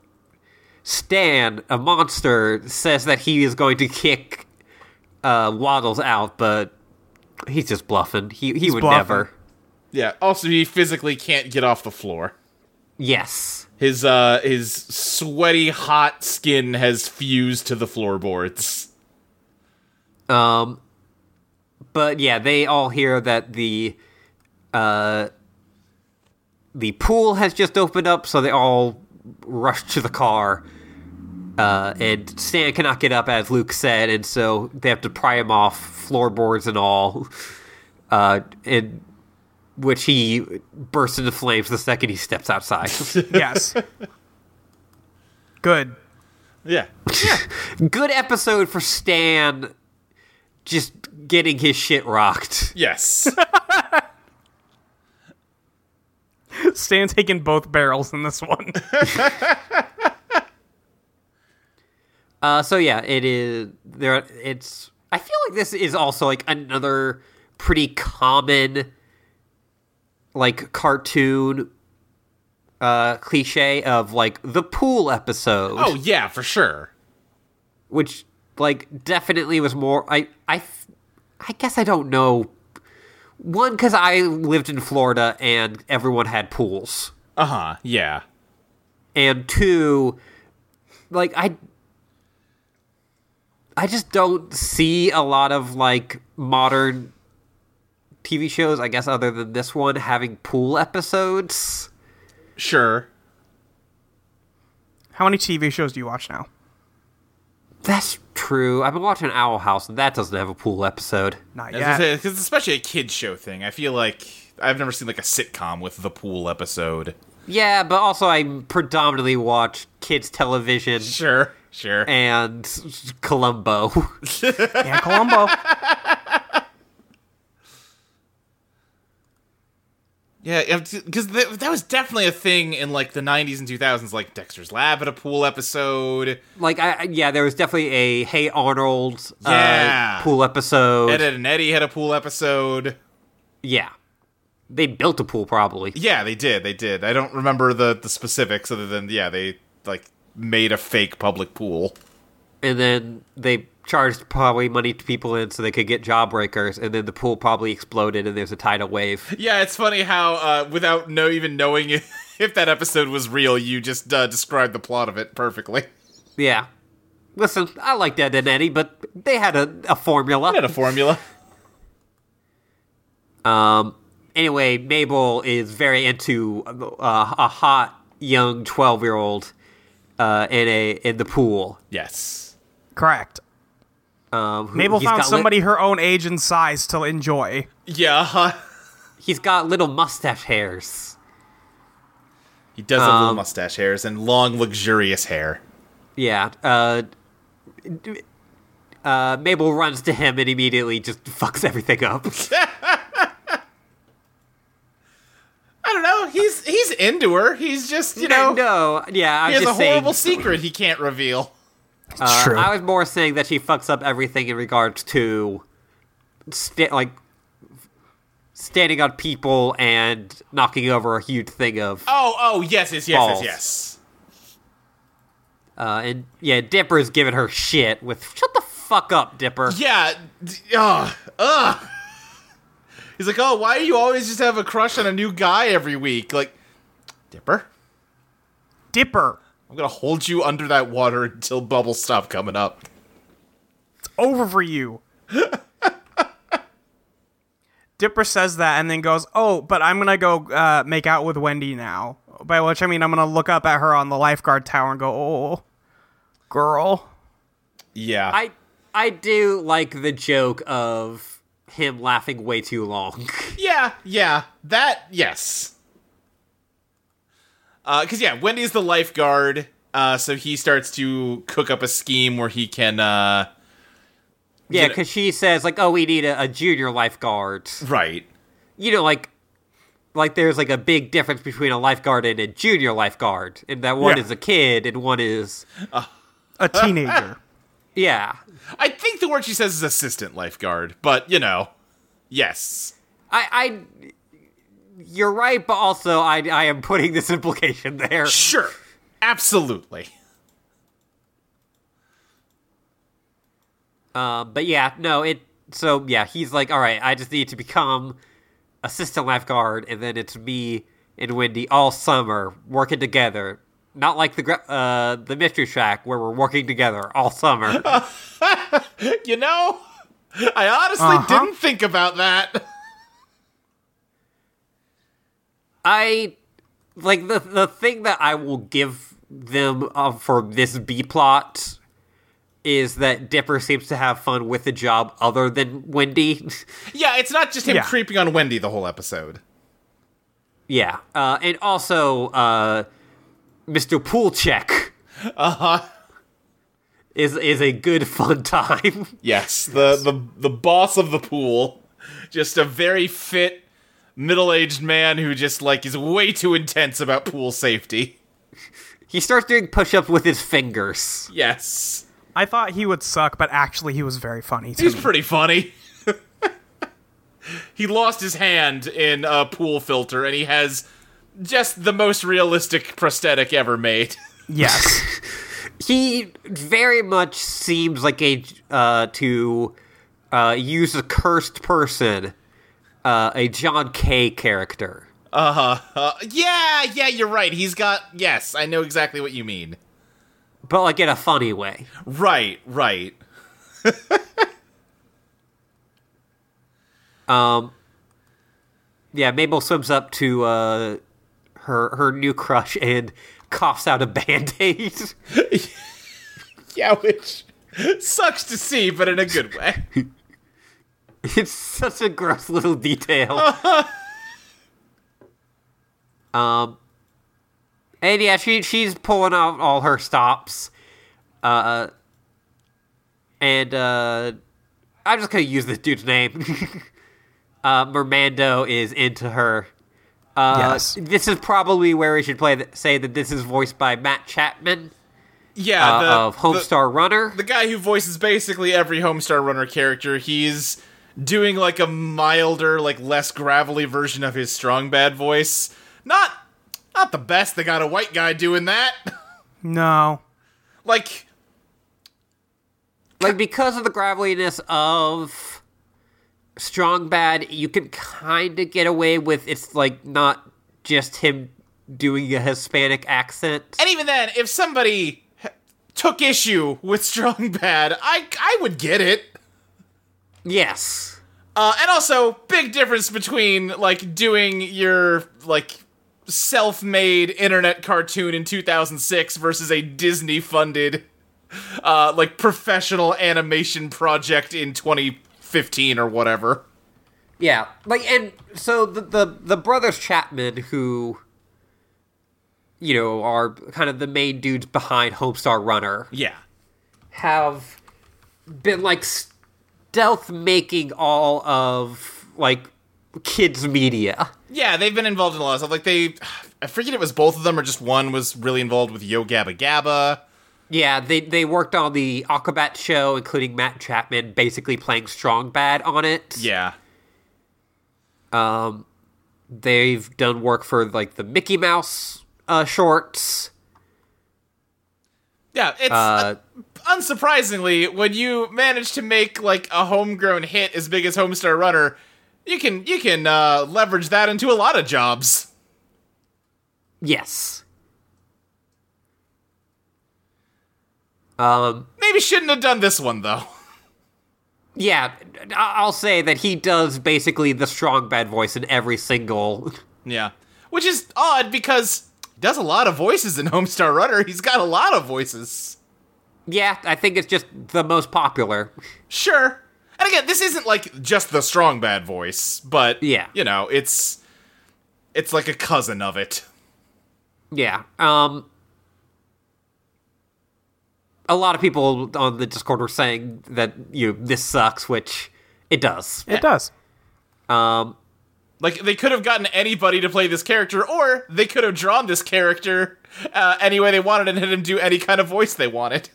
Stan, a monster, says that he is going to kick uh, Waddles out, but he's just bluffing. He he would
bluffing.
never.
Yeah. Also, he physically can't get off the floor.
Yes.
His uh his sweaty hot skin has fused to the floorboards.
Um, but yeah, they all hear that the uh, the pool has just opened up, so they all rush to the car. Uh, and Stan cannot get up, as Luke said, and so they have to pry him off floorboards and all. Uh, and which he bursts into flames the second he steps outside.
Yes. Good.
Yeah.
Good episode for Stan, just getting his shit rocked.
Yes.
Stan taking both barrels in this one.
Uh, so yeah, it is there. It's I feel like this is also like another pretty common like cartoon uh cliche of like the pool episode
oh yeah, for sure.
which like definitely was more i i f- i guess i don't know one cuz i lived in florida and everyone had pools
Uh huh. Yeah.
and two like i i just don't see a lot of like modern tv shows i guess other than this one having pool episodes
Sure.
How many TV shows do you watch now?
that's true i've been watching owl house and that doesn't have a pool episode
Not
As I
yet.
say, 'cause it's especially a kids show thing. I feel like I've never seen like a sitcom with the pool episode.
yeah but also i predominantly watch kids television
Sure. Sure.
and columbo
And Columbo.
Yeah, because th- that was definitely a thing in like the '90s and 2000s, like Dexter's Lab had a pool episode.
like I, I- yeah there was definitely a hey arnold
Yeah.
uh, pool episode
Ed, Ed and Eddie had a pool episode.
yeah they built a pool probably
Yeah, they did. They did. I don't remember the the specifics, other than yeah, they like made a fake public pool.
and then they charged probably money to people in so they could get job breakers and then the pool probably exploded and there's a tidal wave
Yeah, it's funny how uh, without no even knowing if, if that episode was real, you just uh, described the plot of it perfectly.
yeah listen i like that and eddie but they had a, a formula
Had a formula.
um anyway mabel is very into uh, a hot young 12 year old uh, in a in the pool
yes.
Correct.
um who-
Mabel
he's
found
got lit-
somebody her own age and size to enjoy.
Yeah. huh?
he's got little mustache hairs
He does have
Um,
little mustache hairs and long, luxurious hair.
Yeah. Uh, d- uh, Mabel runs to him and immediately just fucks everything up.
I don't know. He's he's into her. He's just you know
no, yeah, I'm
he has a
just saying.
horrible secret he can't reveal.
uh,
True.
I was more saying that she fucks up everything in regards to, sta- like, standing on people and knocking over a huge thing of.
Oh, oh, yes, yes, yes,
Balls.
yes,
Uh, and yeah, Dipper's giving her shit with shut the fuck up, Dipper.
yes. Yeah. d- Ugh. Ugh. He's like, oh, why do you always just have a crush on a new guy every week? Like, Dipper,
Dipper.
I'm gonna hold you under that water until bubbles stop coming up.
over for you. Dipper says that and then goes, Oh, but I'm going to go uh, make out with Wendy now. By which I mean, I'm going to look up at her on the lifeguard tower and go, Oh, girl.
Yeah.
I I do like the joke of him laughing way too long.
yeah. Yeah. That. Yes. Because yeah, Wendy's the lifeguard, uh, so he starts to cook up a scheme where he can. Uh,
Yeah,
You know-
because she says like, "Oh, we need a, a junior lifeguard."
right.
You know, like, like there's like a big difference between a lifeguard and a junior lifeguard, and that one
Yeah.
is a kid and one is
A teenager.
yeah.
I think the word she says is assistant lifeguard, but you know, yes.
I, I, you're right, but also I, I am putting this implication there.
Sure. Absolutely.
Uh, but yeah, no, it. So yeah, he's like, all right, I just need to become assistant lifeguard, and then it's me and Wendy all summer working together. Not like the gra- uh, the mystery shack where we're working together all summer.
you know, I honestly
Uh-huh.
didn't think about that.
I like the the thing that I will give them uh, for this B plot is that Dipper seems to have fun with a job other than Wendy.
yeah, it's not just him
Yeah.
creeping on Wendy the whole episode.
yeah, uh, and also uh, Mr. Poolcheck. Uh huh. Is is a good fun time.
Yes, the the the boss of the pool, just a very fit middle-aged man who just like is way too intense about pool safety.
he starts doing push-ups with his fingers.
Yes.
I thought he would suck, but actually he was very funny. To
He's
me.
pretty funny. he lost his hand in a pool filter and he has just the most realistic prosthetic ever made.
yes.
He very much seems like a uh, to uh, use a cursed person, uh, a John K character.
Uh, yeah, yeah, you're right. He's got yes, I know exactly what you mean.
But like in a funny way.
Right, right.
Yeah, Mabel swims up to uh, her her new crush and coughs out a band-aid.
Yeah, which sucks to see, but in a good way.
it's such a gross little detail. um, and yeah, she she's pulling out all her stops. Uh, and uh, I'm just gonna use this dude's name. uh, Mermando is into her. Uh,
Yes.
This is probably where we should play th- say that this is voiced by Matt Chapman
Yeah,
uh,
the,
of Homestar Runner.
the, the guy who voices basically every Homestar Runner character. He's doing like a milder, like less gravelly version of his strong bad voice. Not not the best. They got a white guy doing that.
No.
like
like because of the graveliness of strong bad you can kind of get away with it's like not just him doing a hispanic accent
And even then, if somebody h- took issue with Strong Bad, I I would get it.
yes
Uh, and also, big difference between like doing your like self-made internet cartoon in 2006 versus a Disney-funded uh, like professional animation project in 2015 or whatever.
yeah like and so the the, the brothers chapman who you know are kind of the main dudes behind homestar runner
Yeah.
have been like stealth making all of like kids media
Yeah, they've been involved in a lot of stuff. Like they, I forget it was both of them or just one was really involved with Yo Gabba Gabba.
Yeah, they they worked on the Aquabat show, including Matt Chapman basically playing Strong Bad on it.
Yeah.
They've done work for like the Mickey Mouse uh, shorts.
Yeah, it's uh, unsurprisingly when you manage to make like a homegrown hit as big as Homestar Runner, you can you can uh, leverage that into a lot of jobs.
Yes. Um.
Maybe shouldn't have done this one though.
Yeah, I- I'll say that he does basically the Strong Bad voice in every single.
Yeah, which is odd because he does a lot of voices in Homestar Runner. He's got a lot of voices.
Yeah, I think it's just the most popular.
Sure. And again, this isn't like just the strong bad voice, but
Yeah.
you know, it's it's like a cousin of it.
Yeah. Um a lot of people on the Discord were saying that you know, this sucks, which it does.
It does.
Um
Like they could have gotten anybody to play this character, or they could have drawn this character uh, any way they wanted and had him do any kind of voice they wanted.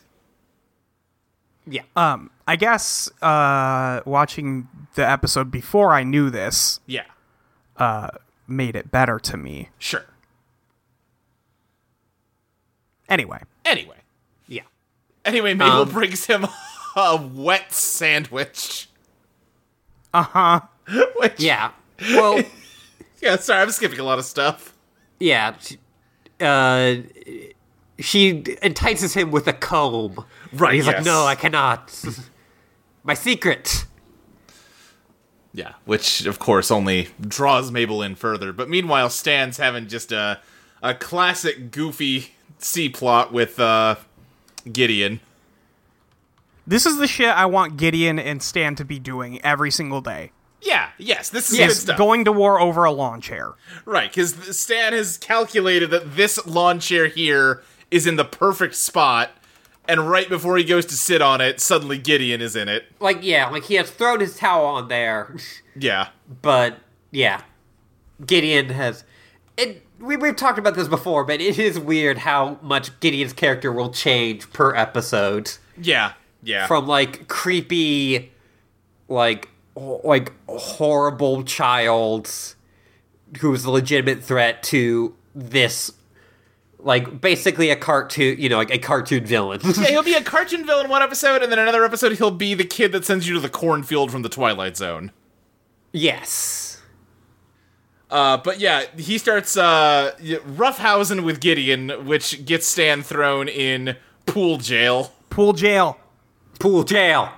yeah.
Um, I guess uh, watching the episode before I knew this
Yeah,
made it better to me.
sure.
Anyway,
Anyway,
yeah.
anyway, Mabel
Um,
brings him a wet sandwich.
Uh huh.
Which,
Uh-huh. Yeah. Well,
yeah, sorry, I'm skipping a lot of stuff.
yeah. she- Uh, she entices him with a comb.
Right,
He's like,
yes.
no, I cannot. My secret.
Yeah, which of course only draws Mabel in further. But meanwhile, Stan's having just a a classic goofy C plot with uh, Gideon.
This is the shit I want Gideon and Stan to be doing every single day.
Yeah, yes, this is good
Is
stuff.
going to war over a lawn chair.
right, because Stan has calculated that this lawn chair here is in the perfect spot, and right before he goes to sit on it, suddenly Gideon is in it.
Like, yeah, like he has thrown his towel on there.
Yeah.
But yeah, Gideon has. It, we, we've talked about this before, but it is weird how much Gideon's character will change per episode.
Yeah. Yeah.
From like creepy, like ho- like horrible child who's a legitimate threat to this, like basically a cartoon, you know, like a cartoon villain.
yeah, he'll be a cartoon villain one episode, and then another episode he'll be the kid that sends you to the cornfield from the Twilight Zone.
yes.
Uh, but yeah, he starts uh, y- roughhousing with Gideon, which gets Stan thrown in pool jail.
Pool jail.
Pool jail.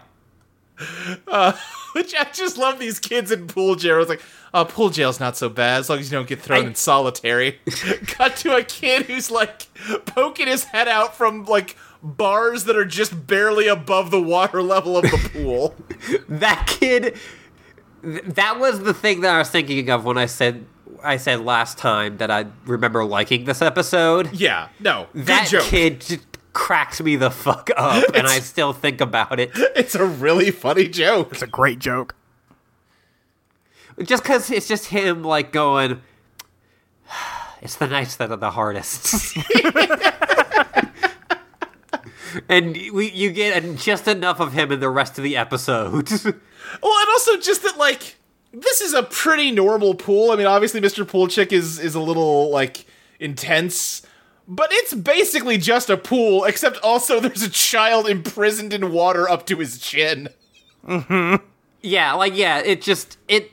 Which I just love these kids in pool jail. It's like, oh, pool jail's not so bad as long as you don't get thrown
I-
in solitary. Cut to a kid who's like poking his head out from like bars that are just barely above the water level of the pool.
that kid th- that was the thing that i was thinking of when i said i said last time that i remember liking this episode
yeah, no, good
that
joke.
kid just cracks me the fuck up and i still think about it
it's a really funny joke.
It's a great joke.
just because it's just him like going it's the nights that are the hardest and we, you get just enough of him in the rest of the episode
Well, and also just that like this is a pretty normal pool. I mean, obviously Mr. Poolchick is is a little like intense, but it's basically just a pool except also there's a child imprisoned in water up to his chin.
Yeah, like yeah, it just it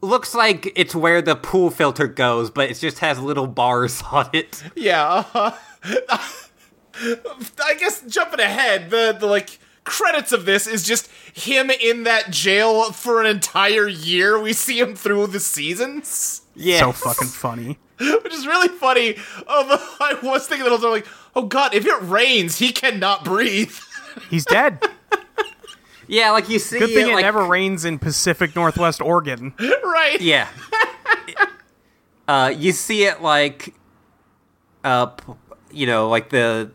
looks like it's where the pool filter goes, but it just has little bars on it.
Yeah. uh I guess jumping ahead, the the like credits of this is just him in that jail for an entire year. We see him through the seasons.
Yeah.
So fucking funny.
which is really funny. Although I was thinking the whole time, like, oh god, if it rains, he cannot breathe.
He's dead.
Yeah, like you see
Good thing
it,
it
like,
never rains in Pacific Northwest Oregon.
right?
Yeah. uh you see it like uh p- you know, like the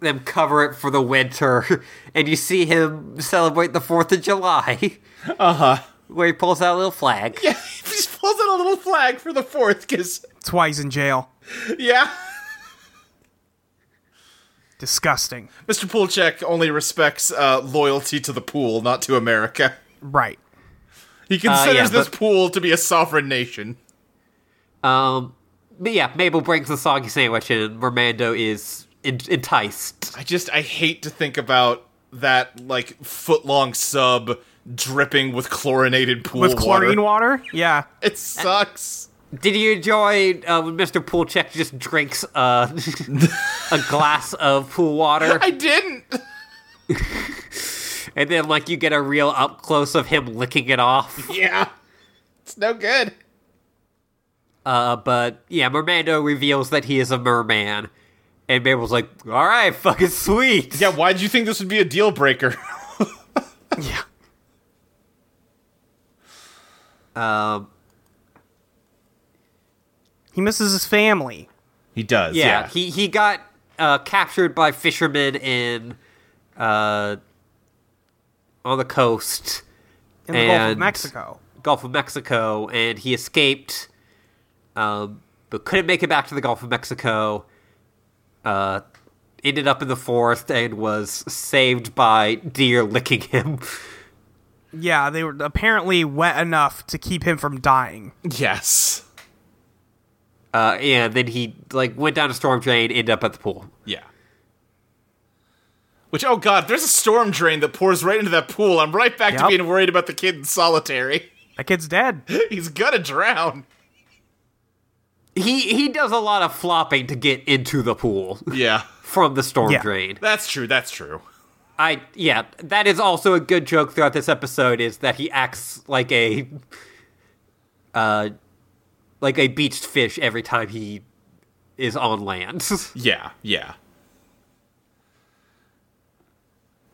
them cover it for the winter and you see him celebrate the 4th of July. Uh-huh. Where he pulls out a little flag.
Yeah, he just pulls out a little flag for the fourth, because
That's why he's in jail.
yeah,
Disgusting.
Mr. Poolcheck only respects uh, loyalty to the pool, not to America.
Right.
He considers
yeah,
this
but-
pool to be a sovereign nation.
Um but yeah, Mabel brings the soggy sandwich and Romando is en- enticed.
I just I hate to think about that like foot long sub dripping with chlorinated pool
With
water.
chlorine water? Yeah.
It sucks.
Did you enjoy uh, when Mr. Poolcheck just drinks uh, a glass of pool water,
I didn't.
and then like you get a real up close of him licking it off?
Yeah, it's no good.
Uh, but yeah, Mermando reveals that he is a merman, and Mabel's like, "All right, fucking sweet."
Yeah, why do you think this would be a deal breaker?
Yeah.
Um,
He misses his family.
He does.
yeah, He he got uh, captured by fishermen in uh, on the coast.
in the Gulf of
And-
Mexico.
Gulf of Mexico, and he escaped, um, but couldn't make it back to the Gulf of Mexico. Uh, ended up in the forest and was saved by deer licking him.
Yeah, they were apparently wet enough to keep him from dying.
yes.
Uh, and then he like went down a storm drain, ended up at the pool.
Yeah. Which oh god, there's a storm drain that pours right into that pool. I'm right back to
Yep.
being worried about the kid in solitary.
That kid's dead.
He's gonna drown.
He he does a lot of flopping to get into the pool
Yeah,
from the storm
Yeah.
drain.
that's true. That's true.
I yeah, that is also a good joke throughout this episode is that he acts like a uh like a beached fish every time he is on land. Uh,
Yeah, yeah.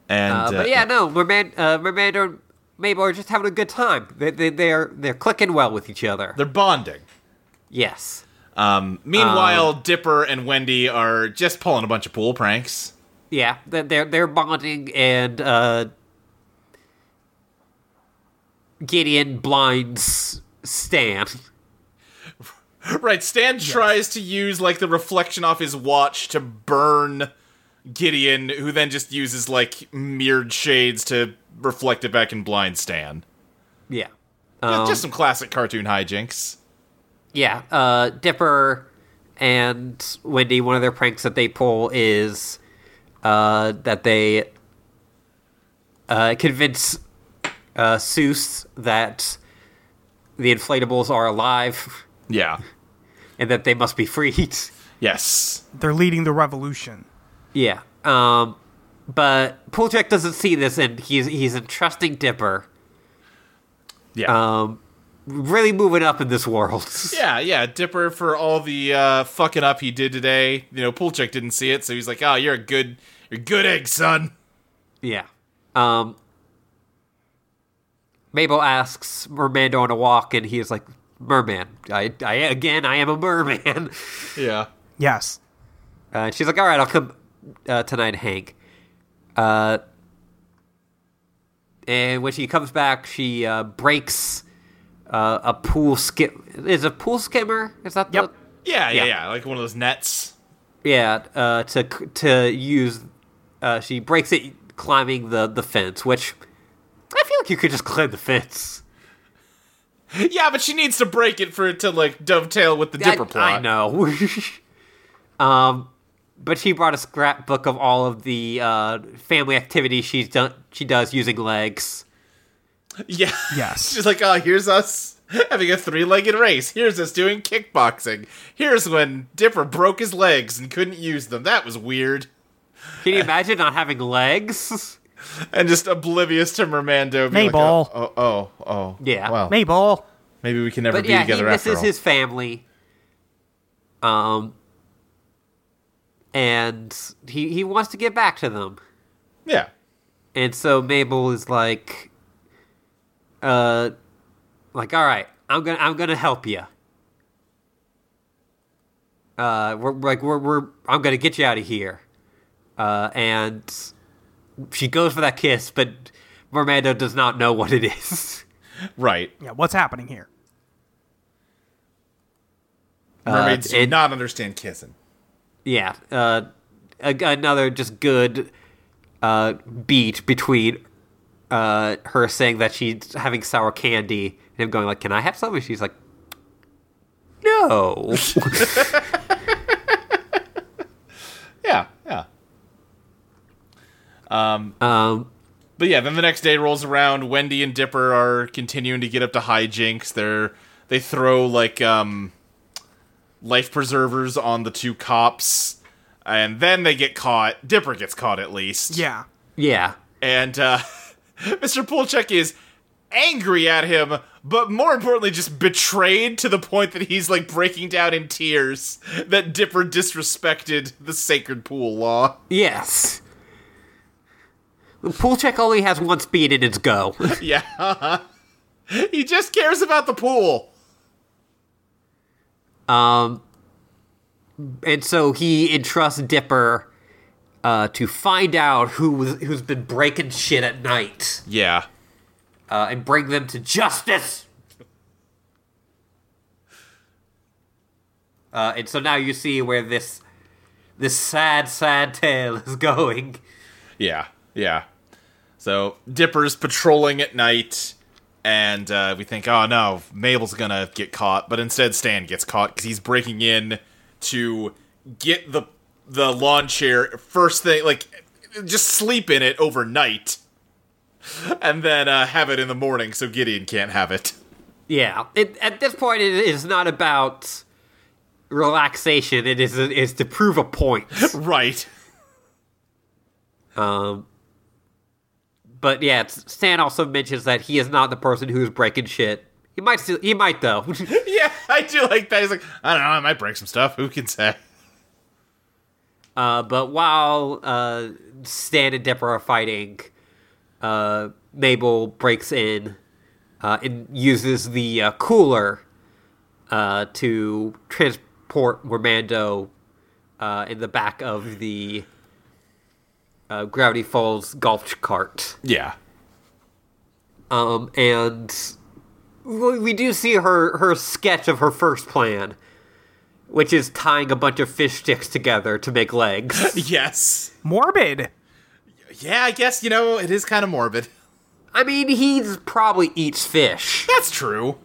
And
Uh,
uh,
but yeah, no, Mermaid, uh, Mermaid and Mabel are just having a good time. They, they, they're they're clicking well with each other.
they're bonding.
Yes.
Um, meanwhile, Dipper and Wendy are just pulling a bunch of pool pranks.
Yeah, they're they're, they're bonding, and uh, Gideon blinds Stan.
Right, Stan tries to use like the reflection off his watch to burn Gideon, who then just uses like mirrored shades to reflect it back and blind Stan.
Yeah,
Yeah, just some classic cartoon hijinks.
yeah. Uh, Dipper and Wendy. One of their pranks that they pull is uh, that they uh, convince uh, Seuss that the inflatables are alive
Yeah.
and that they must be freed.
Yes.
They're leading the revolution.
Yeah. Um, but Polchak doesn't see this, and he's he's entrusting Dipper.
Yeah.
Um, really moving up in this world.
yeah, yeah. Dipper for all the uh, fucking up he did today. You know, Pulchek didn't see it, so he's like, "Oh, you're a good, you're a good egg, son."
Yeah. Um, Mabel asks Merman on a walk, and he is like, "Merman, I, I again, I am a merman."
Yeah.
Yes.
Uh, and she's like, "All right, I'll come uh, tonight, Hank." Uh, and when she comes back, she uh, breaks uh, a pool skim. Is it a pool skimmer? Is that
Yep.
Yeah,
Yeah.
yeah, yeah. Like one of those nets.
the yeah? Uh, to to use, uh, she breaks it climbing the the fence, which I feel like you could just climb the fence.
Yeah, but she needs to break it for it to like dovetail with the Dipper
I,
plot.
I know. um, but she brought a scrapbook of all of the uh, family activities she's done. She does using legs.
Yeah.
Yes.
She's like, oh, here's us having a three legged race. Here's us doing kickboxing. Here's when Dipper broke his legs and couldn't use them. That was weird.
Can you imagine not having legs?
And just oblivious to Mermando. being like,
Mabel.
oh, oh, oh, oh.
Yeah.
Wow.
Mabel.
Maybe we can never
But
be
yeah, he
together after
misses
all.
his family. Um, and he he wants to get back to them.
Yeah.
And so Mabel is like, uh, like, all right, I'm gonna, I'm gonna help you. Uh, we're we're like, we're, we're, I'm gonna get you out of here. Uh, and she goes for that kiss, but Mermando does not know what it is.
Right.
Yeah, what's happening here?
Mermaids do
and-
not understand kissing.
yeah, uh, a, another just good, uh, beat between, uh, her saying that she's having sour candy and him going like, "Can I have some?" And she's like, "No."
Yeah, yeah.
um,
But yeah, then the next day rolls around. Wendy and Dipper are continuing to get up to hijinks. They're they throw like um, life preservers on the two cops, and then they get caught. Dipper gets caught at least.
Yeah.
yeah,
and uh, Mr. Pulchek is angry at him, but more importantly, just betrayed to the point that he's like breaking down in tears that Dipper disrespected the sacred pool law.
yes. Pool check only has one speed and it's go.
Yeah. he just cares about the pool.
Um, and so he entrusts Dipper uh, to find out who was, who's been breaking shit at night
Yeah.
uh, and bring them to justice. Uh, and so now you see where this this sad, sad tale is going.
Yeah. Yeah. So Dipper's patrolling at night, and uh, we think, oh no, Mabel's gonna get caught, but instead Stan gets caught because he's breaking in to get the the lawn chair first thing. Like just sleep in it overnight, and then uh, have it in the morning so Gideon can't have it.
Yeah. It, at this point, it is not about relaxation. It is is to prove a point.
right.
Um. But yeah, it's- Stan also mentions that he is not the person who is breaking shit. He might still. He might though.
Yeah, I do like that. He's like, I don't know, I might break some stuff. Who can say?
Uh, but while uh, Stan and Dipper are fighting, uh, Mabel breaks in uh, and uses the uh, cooler uh, to transport Romando uh, in the back of the uh, Gravity Falls golf cart.
Yeah.
Um, and we we do see her her sketch of her first plan, which is tying a bunch of fish sticks together to make legs.
Yes.
Morbid.
Yeah, I guess, you know, it is kind of morbid.
I mean, he's probably eats fish.
That's true.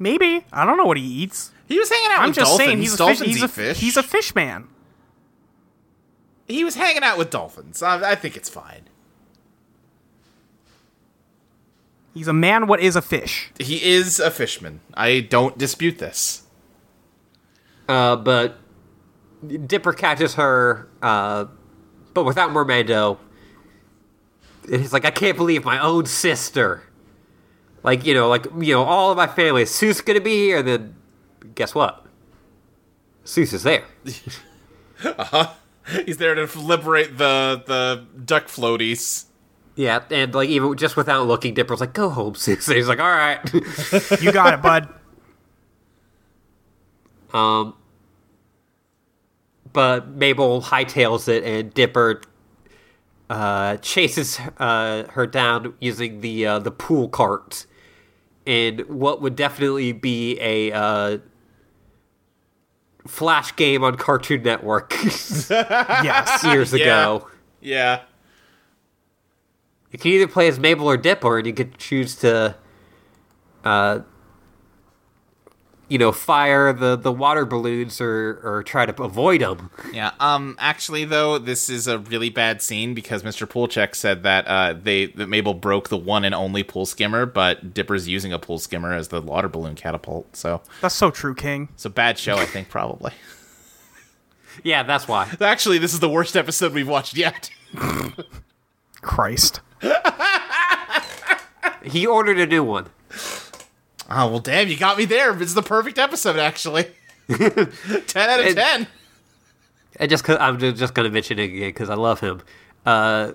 Maybe. I don't know what he eats.
He was hanging out
I'm
with
just
dolphins.
saying he's a fish,
dolphins
he's
eat
a
fish.
He's a fish man.
he was hanging out with dolphins. I, I think it's fine.
He's a man what is a fish.
He is a fishman. I don't dispute this.
Uh, but Dipper catches her, uh, but without Mermando. And he's like, I can't believe my own sister. Like, you know, like, you know, all of my family. Seuss gonna be here, and then guess what? Seuss is there.
He's there to liberate the the duck floaties.
Yeah, and like, even just without looking, Dipper's like, go home, Seuss. And he's like, all right.
You got it, bud.
Um, but Mabel hightails it, and Dipper uh, chases uh, her down using the uh, the pool cart, in what would definitely be a uh, flash game on Cartoon Network
Yes.
years ago.
Yeah.
You can either play as Mabel or Dipper, and you could choose to, uh, you know, fire the, the water balloons or, or try to avoid them.
Yeah. Um. Actually, though, this is a really bad scene because Mr. Poolcheck said that uh they that Mabel broke the one and only pool skimmer, but Dipper's using a pool skimmer as the water balloon catapult. So
That's so true, King.
it's a bad show, I think, probably.
Yeah, that's why.
Actually, this is the worst episode we've watched yet.
Christ.
He ordered a new one.
Oh well, damn! You got me there. It's the perfect episode, actually. ten out of
It-
ten.
And just i I'm ju- just gonna mention it again because I love him. Uh,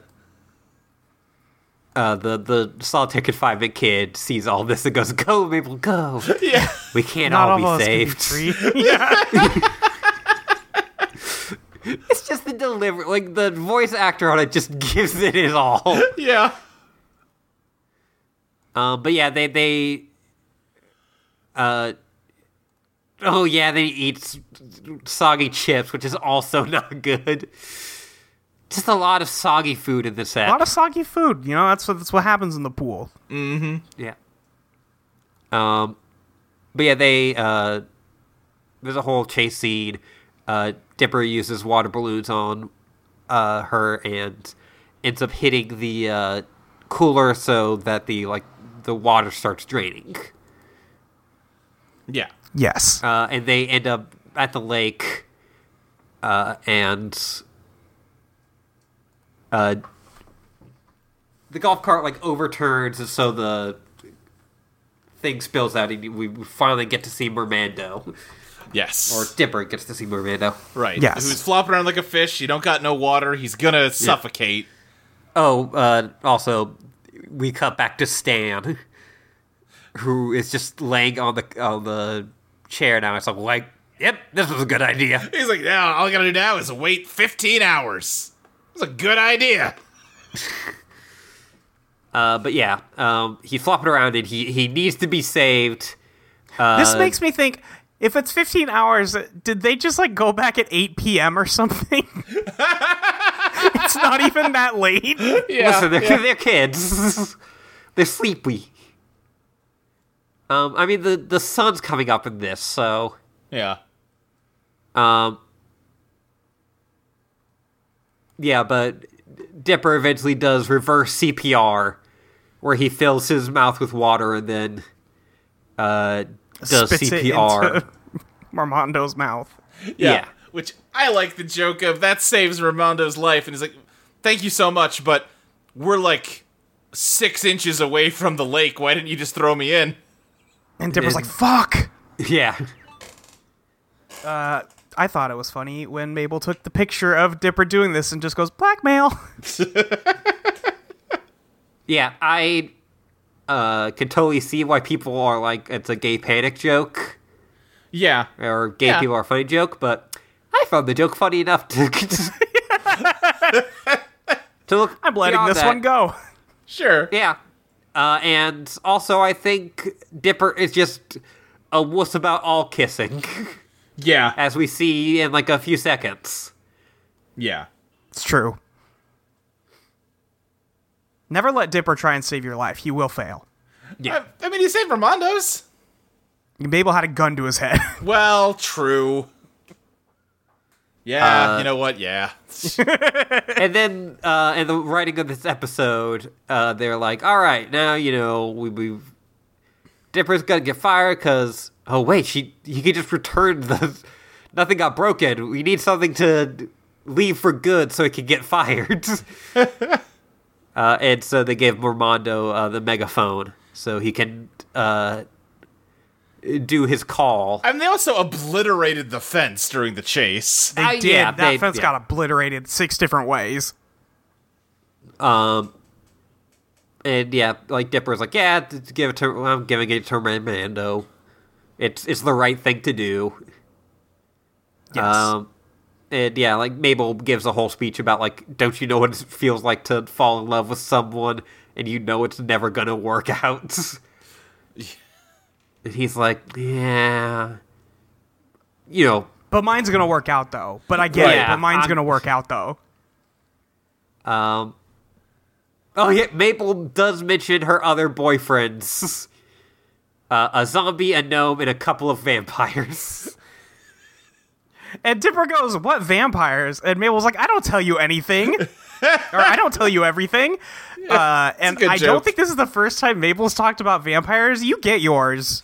uh, the the solitary confinement kid sees all this and goes, "Go, Mabel, go!
Yeah.
We can't
Not
all
all of
be
us can be
saved."
free.
It's just the delivery, like the voice actor on it, just gives it his all.
Yeah.
Um, but yeah, they they. Uh, oh yeah, they eat soggy chips, which is also not good. Just a lot of soggy food in this set.
A lot of soggy food. You know, that's what, that's what happens in the pool.
yeah. Um, but yeah, they uh, there's a whole chase scene. Uh, Dipper uses water balloons on uh, her and ends up hitting the uh, cooler so that the like the water starts draining.
Yeah.
Yes.
uh, and they end up at the lake, uh, and uh, the golf cart like overturns, and so the thing spills out, and we finally get to see Mermando,
Yes.
or Dipper gets to see Mermando.
right.
Yes.
Who's flopping around like a fish? You don't got no water. He's gonna suffocate.
Oh, uh, also, we cut back to Stan, who is just laying on the on the chair now. It's like, like, yep, this was a good idea.
He's like, yeah. All I gotta do now is wait 15 hours. It's a good idea.
Uh, but yeah, um, he's flopping around and he, he needs to be saved.
this
Uh,
makes me think if it's 15 hours, did they just like go back at 8 p.m. or something? it's not even that late.
Yeah.
Listen, they're, they're kids. they're sleepy. Um, I mean, the, the sun's coming up in this, so.
yeah.
Um, yeah, but Dipper eventually does reverse CPR, where he fills his mouth with water and then uh, does
Spits it
CPR.
into Marmondo's mouth.
Yeah.
Which I like the joke of that saves Ramondo's life, and he's like, "Thank you so much, but we're like six inches away from the lake. Why didn't you just throw me in?"
And Dipper's like, fuck!
yeah,
I thought it was funny when Mabel took the picture of Dipper doing this and just goes, blackmail!
yeah. I uh, can totally see why people are like it's a gay panic joke
Yeah.
or gay
Yeah.
people are funny joke, but I found the joke funny enough to. to look
I'm letting
beyond
this
that.
one go.
Sure.
Yeah. Uh, and also, I think Dipper is just a wuss about all kissing,
Yeah.
as we see in like a few seconds.
Yeah.
It's true. Never let Dipper try and save your life. He will fail.
Yeah.
I, I mean, he saved Ramondo's.
Mabel had a gun to his head.
Well, true. Yeah, you know what? Yeah.
and then, uh, in the writing of this episode, uh, they're like, all right, now, you know, we, we Dipper's gonna get fired because, oh, wait, she he could just return the. Nothing got broken. We need something to leave for good so it can get fired. uh, and so they gave Mormondo uh, the megaphone so he can uh, do his call.
and they also obliterated the fence during the chase.
They
Uh,
did.
yeah,
that
they-
fence
yeah.
got obliterated six different ways.
And yeah, like Dipper's like, yeah, t- t- give it to. I'm giving it to Mando. It's it's the right thing to do.
Yes.
Um, and yeah, like Mabel gives a whole speech about like, don't you know what it feels like to fall in love with someone and you know it's never gonna work out. and he's like, yeah, you know,
but mine's gonna work out though. But I get it.
Yeah,
But mine's
I'm-
gonna work out though.
Um. Oh yeah, Maple does mention her other boyfriends: uh, a zombie, a gnome, and a couple of vampires.
And Dipper goes, "What vampires?" And Mabel's like, "I don't tell you anything, or I don't tell you everything." uh, and
good
I
joke.
don't think this is the first time Mabel's talked about vampires. You get yours.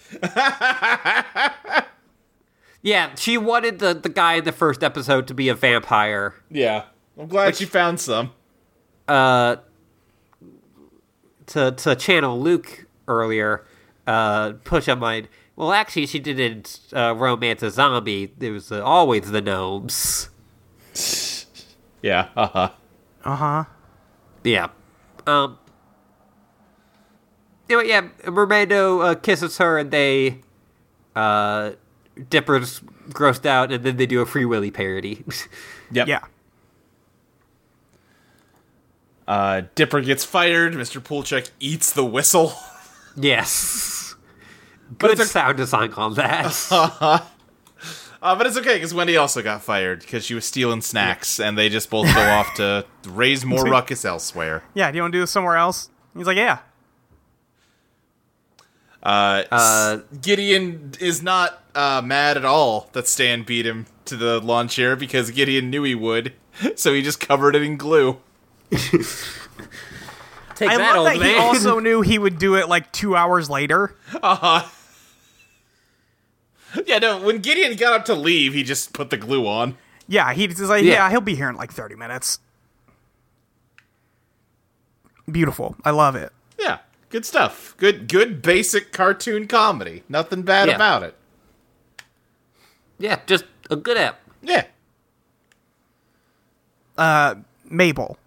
yeah, she wanted the the guy in the first episode to be a vampire.
Yeah. I'm glad you found some.
Uh, to to channel Luke earlier, uh, push on mine. Well, actually, she didn't uh, romance a zombie. It was uh, always the gnomes.
Yeah. Uh-huh.
Uh huh.
Yeah. Um. Anyway, yeah, Mermando uh, kisses her, and they, uh, Dipper's grossed out, and then they do a Free Willy parody.
Yep.
Yeah.
Uh, Dipper gets fired. Mr. Pulchek eats the whistle.
yes.
But
Good
it's a-
sound design on that.
Uh, but it's okay because Wendy also got fired because she was stealing snacks, and they just both go off to raise more ruckus elsewhere.
Yeah. Do you want to do this somewhere else? He's like, "Yeah."
Uh,
Uh,
S- Gideon is not uh, mad at all that Stan beat him to the lawn chair because Gideon knew he would, so he just covered it in glue.
Take
I
that,
love
old
that he
man.
also knew he would do it like two hours later.
Yeah, no. When Gideon got up to leave, he just put the glue on.
Yeah, he's just like,
Yeah.
yeah. he'll be here in like 30 minutes. Beautiful. I love it.
Yeah, good stuff. Good, good basic cartoon comedy. Nothing bad
Yeah.
about it.
yeah, just a good app.
Yeah.
Mabel.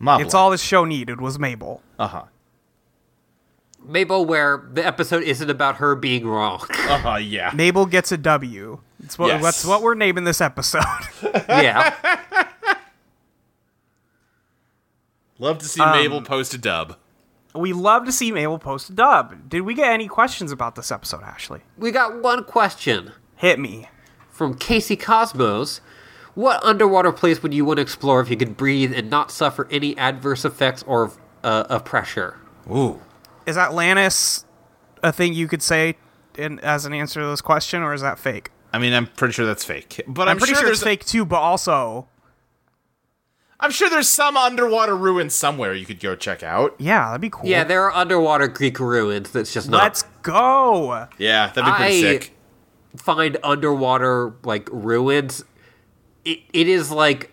Mabla.
It's all this show needed was Mabel.
Uh huh.
Mabel, where the episode isn't about her being wrong.
Uh huh. Yeah.
Mabel gets a W. It's what,
Yes.
That's what we're naming this episode.
yeah.
Love to see Mabel post a dub.
we love to see Mabel post a dub. Did we get any questions about this episode, Ashley?
We got one question.
Hit me.
from Casey Cosmos. What underwater place would you want to explore if you could breathe and not suffer any adverse effects or uh, of pressure?
Ooh.
Is Atlantis a thing you could say in, as an answer to this question, or is that fake?
I mean, I'm pretty sure that's fake, but I'm,
I'm, pretty sure, it's
there's
fake too, but also
I'm sure there's some underwater ruin somewhere you could go check out.
Yeah, that'd be cool.
Yeah, there are underwater Greek ruins that's just not.
Let's go.
Yeah, that'd be pretty
I-
sick.
find underwater like ruins. It, it is like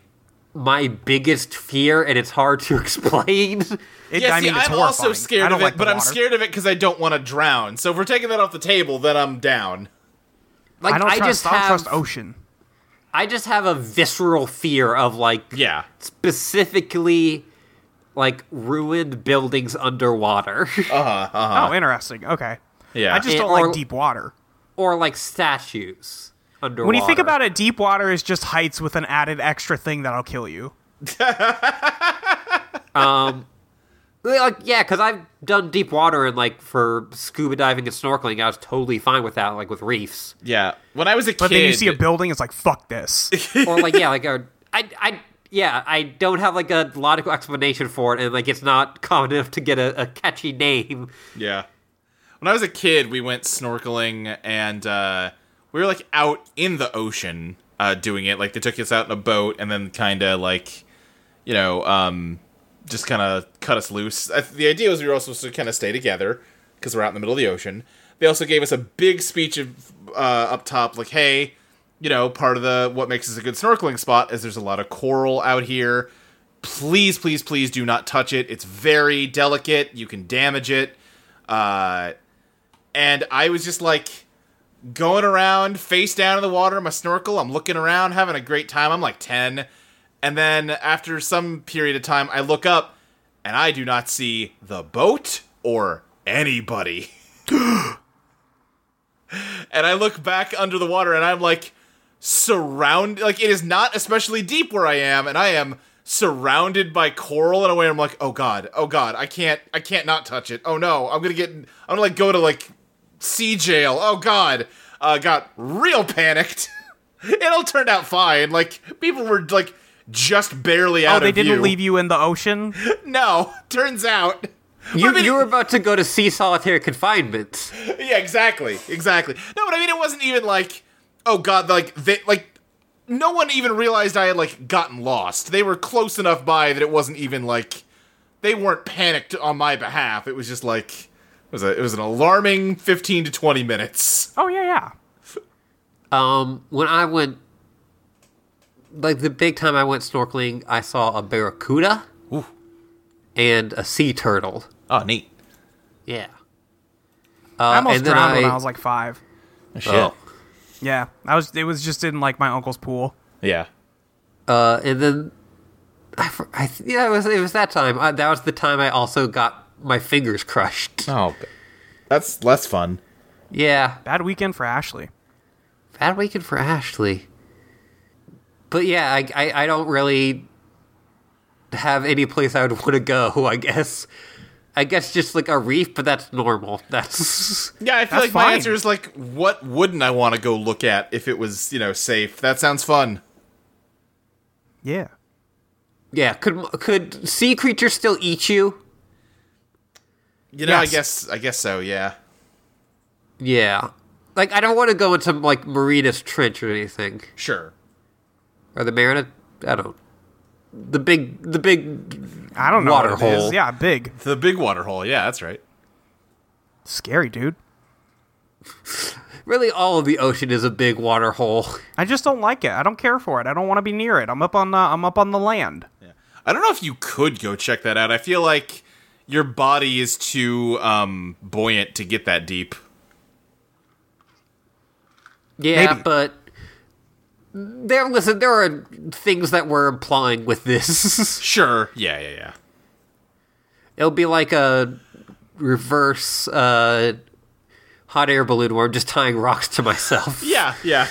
my biggest fear, and it's hard to explain.
It,
Yeah,
I mean,
see,
it's
I'm
horrifying.
also
I
scared
don't
of it,
like the
but I'm
water.
scared of it because I don't want to drown. So if we're taking that off the table, then I'm down.
Like
I don't trust.
just
I don't
have
trust ocean.
I just have a visceral fear of like
Yeah.
specifically like ruined buildings underwater
oh, interesting. Okay.
Yeah.
I just
It-
don't
or-
like deep water.
or like statues underwater.
When you think about it, deep water is just heights with an added extra thing that'll kill you.
like yeah, because I've done deep water and like for scuba diving and snorkeling, I was totally fine with that, like with reefs.
Yeah. When I was a
But
kid,
then you see a building, it's like fuck this.
or like yeah, like a, I I yeah, I don't have like a logical explanation for it, and like it's not common enough to get a, a catchy name.
Yeah. When I was a kid, we went snorkeling and uh, we were like out in the ocean uh, doing it. Like they took us out in a boat and then kind of like, you know, um, just kind of cut us loose. I, the idea was we were all supposed to kind of stay together because we're out in the middle of the ocean. They also gave us a big speech of, uh, up top, like, hey, you know, part of the what makes this a good snorkeling spot is there's a lot of coral out here. Please, please, please do not touch it. It's very delicate. You can damage it. Uh, and I was just like going around face down in the water in my snorkel. I'm looking around, having a great time. I'm like 10. And then after some period of time, I look up and I do not see the boat or anybody. and I look back under the water and I'm like surrounded, like it is not especially deep where I am, and I am surrounded by coral in a way I'm like, oh god, oh god, I can't, I can't not touch it. Oh no, I'm gonna get, I'm gonna like go to like sea jail. Oh god, uh, got real panicked. it all turned out fine. Like people were like just barely
oh,
out
they
of
didn't
view.
leave you in the ocean.
No, turns out.
You
I mean-
you were about to go to see solitary confinement.
Yeah, exactly, exactly. No, but I mean, it wasn't even like, oh god, like they like no one even realized I had like gotten lost. They were close enough by that it wasn't even like they weren't panicked on my behalf. It was just like it was a, it was an alarming fifteen to twenty minutes.
Oh yeah, yeah.
Um, when I went, like the big time I went snorkeling, I saw a barracuda and a sea turtle.
Oh, neat.
Yeah, uh,
I almost
and then
drowned when I was like five.
Oh, Shit.
Yeah, I was. It was just in like my uncle's pool.
Yeah.
uh, and then I, fr- I th- yeah, it was it was that time. Uh, that was the time I also got my fingers crushed.
Oh, that's less fun.
Yeah,
Bad weekend for Ashley.
bad weekend for Ashley. But yeah, I I, I don't really have any place I would want to go. I guess. I guess just like a reef, but that's normal. That's
Yeah, I feel
That's
like my
fine.
answer is like, what wouldn't I want to go look at if it was, you know, safe? That sounds fun.
Yeah.
Yeah, could could sea creatures still eat you?
You
Yes.
know, I guess I guess so, yeah.
Yeah. Like I don't want to go into like Marina's trench or anything.
Sure.
Or the Marina I don't the big the big
I don't know
Water
what it is.
hole.
Yeah, big,
The big water hole, yeah, that's right.
scary, dude.
really all of the ocean is a big water hole.
I just don't like it. I don't care for it. I don't want to be near it. I'm up on the. I'm up on the land.
I don't know if you could go check that out. I feel like your body is too um buoyant to get that deep.
Yeah,
Maybe.
but there listen, there are things that we're implying with this.
Sure. Yeah, yeah, yeah.
It'll be like a reverse uh hot air balloon where I'm just tying rocks to myself.
Yeah, yeah.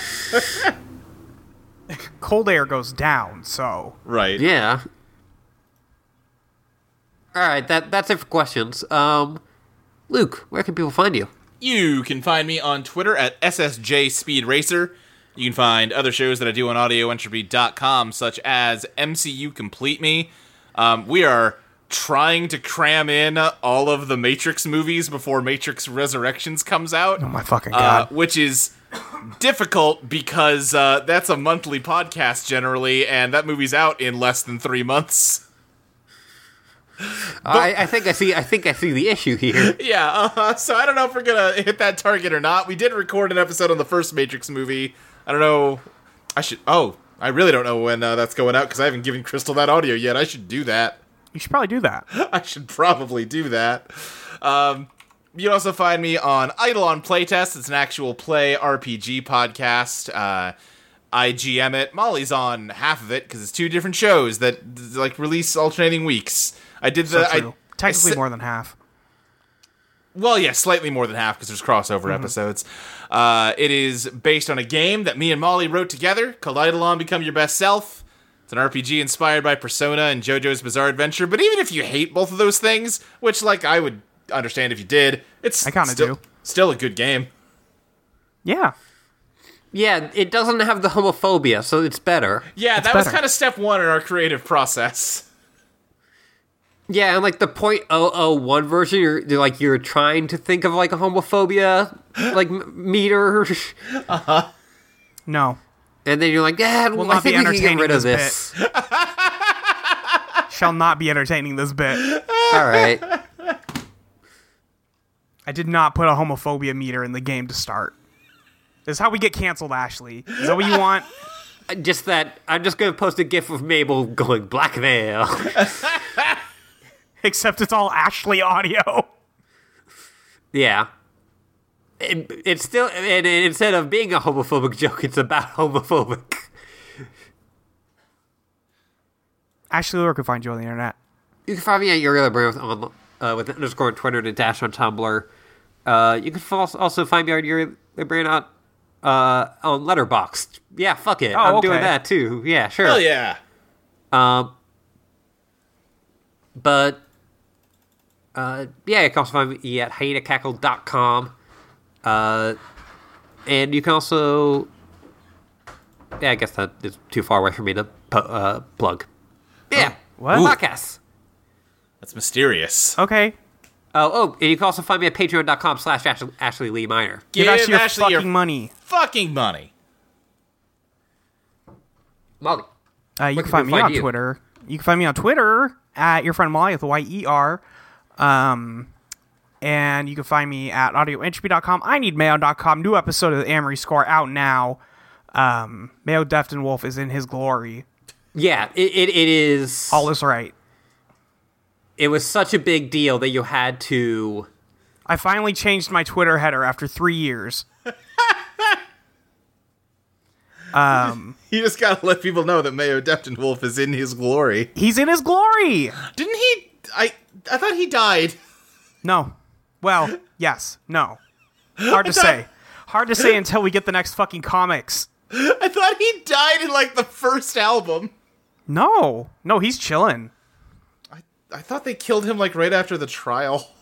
Cold air goes down, so
Right.
Yeah. All right, that that's it for questions. Um, Luke, where can people find you?
You can find me on Twitter at SSJ Speed Racer. You can find other shows that I do on audioentropy.com, such as MCU Complete Me. Um, we are trying to cram in all of the Matrix movies before Matrix Resurrections comes out.
oh my fucking
uh,
god.
which is difficult because uh, that's a monthly podcast generally, and that movie's out in less than three months.
I, I think I see. I think I see the issue here.
Yeah, uh, so I don't know if we're gonna hit that target or not. We did record an episode on the first Matrix movie. I don't know. I should. Oh, I really don't know when uh, that's going out because I haven't given Crystal that audio yet. I should do that.
You should probably do that.
I should probably do that. Um, you can also find me on Idle on Playtest. It's an actual play RPG podcast. Uh, I GM it. Molly's on half of it because it's two different shows that like release alternating weeks. I did
So
the I,
true. Technically
I se-
more than half.
well, yeah, slightly more than half because there's crossover episodes. Uh, it is based on a game that me and Molly wrote together called Eidolon Become Your Best Self. It's an RPG inspired by Persona and JoJo's Bizarre Adventure. But even if you hate both of those things, which like I would understand if you did, it's
I kinda
still,
do.
still a good game.
Yeah.
Yeah, it doesn't have the homophobia, so it's better.
Yeah,
It's
that was
better.
kind of step one in our creative process.
Yeah, and like the .001 version, you're, you're like you're trying to think of like a homophobia like m- meter,
No.
and then you're like, yeah, well, I
not be
think we can get
entertaining
rid of
this
this.
Shall not be entertaining this bit.
All right,
I did not put a homophobia meter in the game to start. This is how we get canceled, Ashley. Is that what you want?
just that. I'm just gonna post a gif of Mabel going blackmail.
Except it's all Ashley audio.
yeah. It, it's still, and and instead of being a homophobic joke, it's about homophobic.
Ashley Lure can find you on the internet.
You can find me at your other brand with, on, uh, with an underscore on Twitter and a dash on Tumblr. Uh, you can fo- also find me on your other brand on, uh, on Letterboxd. Yeah, fuck it. I'm doing
okay.
that too. Yeah, sure.
Hell yeah.
Um, but uh, yeah, you can also find me at hyenacackle.com. Uh, and you can also, yeah, I guess that is too far away for me to pu- uh, plug. Yeah,
What?
podcasts?
That's mysterious.
Okay.
Oh, oh, and you can also find me at patreon.com slash Ashley- Ashley Lee Minor.
Give,
Give
Ashley your
Ashley
fucking
your-
money.
Fucking money.
Molly.
Uh, you
Where
can
can
find
we
me
find
on
you?
Twitter. You can find me on Twitter at your friend Molly with a Y E R. Um, and you can find me at audioentropy.com, I need mail.com. New episode of the Amory Score out now. Um, Mayo Defton Wolf is in his glory.
Yeah, it, it, it is.
All is right.
it was such a big deal that you had to.
I finally changed my Twitter header after three years.
You just gotta let people know that Mayo Depton Wolf is in his glory.
He's in his glory.
Didn't he? I I thought he died.
No. Well, yes. No. Hard to say. Hard to say until we get the next fucking comics.
I thought he died in like the first album.
No. No, he's chilling.
I I thought they killed him like right after the trial.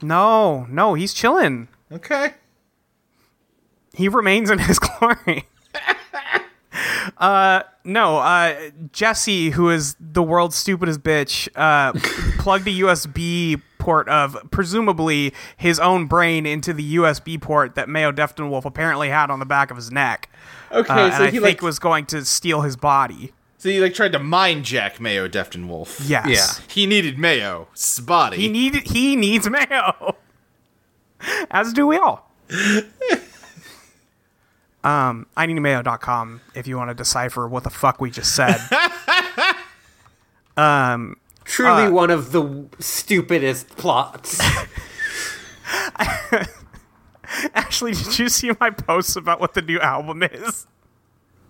No, no, he's chilling.
Okay.
He remains in his glory. uh, no, uh, Jesse, who is the world's stupidest bitch, uh, plugged a USB port of presumably his own brain into the USB port that Mayo Defton Wolf apparently had on the back of his neck.
Okay,
Uh,
so
and I
he
think
like
was going to steal his body.
so he like tried to mind jack Mayo Depton Wolf.
Yes.
Yeah.
He needed Mayo's body.
He need he needs mayo. As do we all. um, I need mayo.com if you want to decipher what the fuck we just said.
Truly one of the stupidest plots.
Ashley, did you see my posts about what the new album is?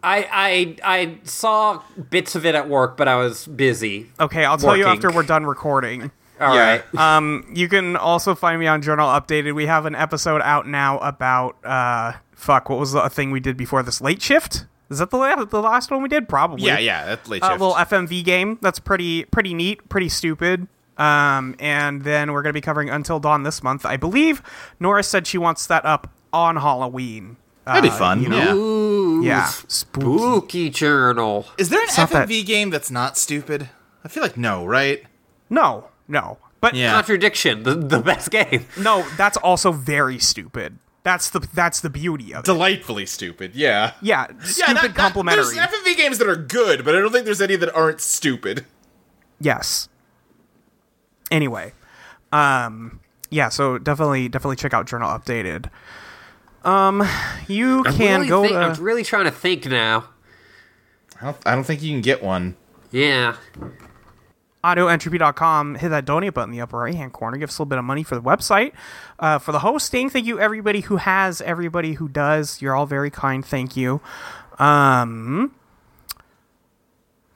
I, I I saw bits of it at work, but I was busy.
Okay, I'll tell you
Working.
after we're done recording.
All
Yeah.
right.
You can also find me on Journal Updated. We have an episode out now about uh fuck, what was the thing we did before this late shift? Is that the la- the last one we did? Probably.
yeah, yeah, that's late
a
shift.
Uh, little FMV game. That's pretty pretty neat, pretty stupid. Um, and then we're gonna be covering Until Dawn this month, I believe. Nora said she wants that up on Halloween. Uh,
That'd be fun. yeah.
Ooh,
yeah, spooky.
spooky journal.
Is there an
not that-
FMV game that's not stupid? I feel like no, right?
No, no, but
Yeah.
Contradiction, the, the best game.
no, that's also very stupid. That's the that's the beauty of it.
Delightfully stupid. Yeah.
Yeah, stupid
that- that-
complimentary.
There's FMV games that are good, but I don't think there's any that aren't stupid.
yes. Anyway, um, yeah. So definitely, definitely check out Journal Updated. Um, you can
really
go
think-
to
I'm really trying to think now.
I don't, I don't think you can get one.
Yeah.
audioentropy.com, hit that donate button in the upper right hand corner. Give us a little bit of money for the website, uh, for the hosting. Thank you, everybody who has, everybody who does. You're all very kind. Thank you. Um,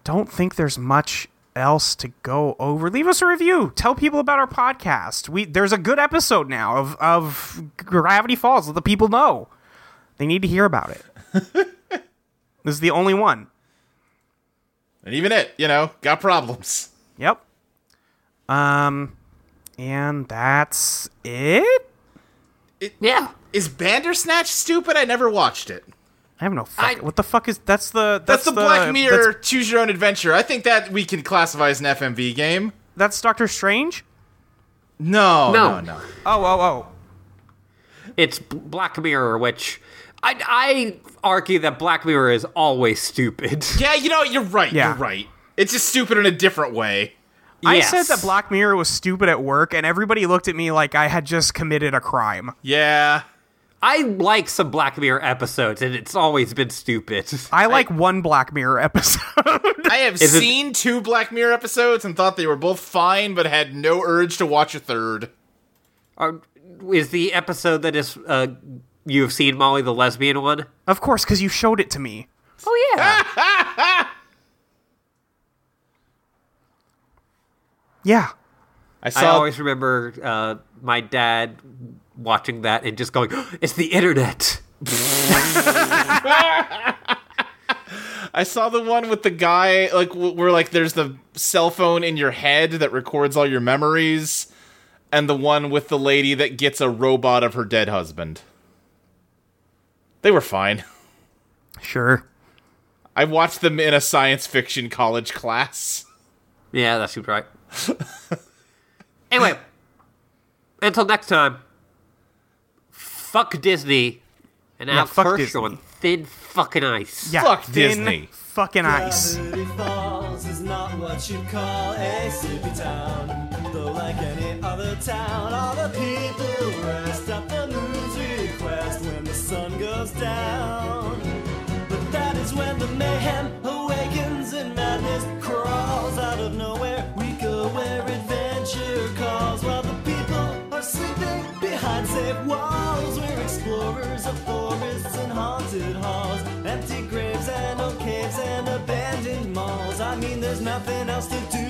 don't think there's much else to go over. Leave us a review. Tell people about our podcast. We there's a good episode now of of Gravity Falls. Let the people know. They need to hear about it. this is the only one.
And even it, you know, got problems.
Yep. Um, and that's it.
Yeah.
Is Bandersnatch stupid? I never watched it.
I have no fuck.
I-
what the fuck is that's the that's,
That's, the, Black Mirror
That's,
Choose Your Own Adventure. I think that we can classify as an FMV game.
that's Doctor Strange.
No,
No.
no, no.
Oh, oh, oh.
It's B- Black Mirror, which I, I argue that Black Mirror is always stupid.
Yeah, you know, you're right.
Yeah.
You're right. It's just stupid in a different way.
Yes.
I said that Black Mirror was stupid at work, and everybody looked at me like I had just committed a crime.
Yeah.
I like some Black Mirror episodes, and it's always been stupid.
I like one Black Mirror episode.
I have
it-
seen two Black Mirror episodes and thought they were both fine, but had no urge to watch a third.
Are, is the episode that is uh, you have seen Molly the lesbian one?
of course, because you showed it to me.
Oh yeah.
Yeah.
I
I
saw.
always remember uh, my dad watching that and just going, "It's the internet."
I saw the one with the guy like w- where like there's the cell phone in your head that records all your memories, and the one with the lady that gets a robot of her dead husband. They were fine.
Sure.
I watched them in a science fiction college class.
Yeah, that seems right. anyway, until next time, fuck Disney and Al
fuck
Hirsch
Disney.
on thin fucking ice.
Yeah.
Fuck
thin
Disney.
Fucking ice.
Gravity Falls is not what you call a city town. Though, like any other town, all the people rest up the news request when the sun goes down. But that is when the mayhem awakens and madness crawls out of nowhere. We go where adventure calls while the people are sleeping behind safe walls. We're explorers of forests and haunted halls, empty graves and old caves and abandoned malls. I mean, there's nothing else to do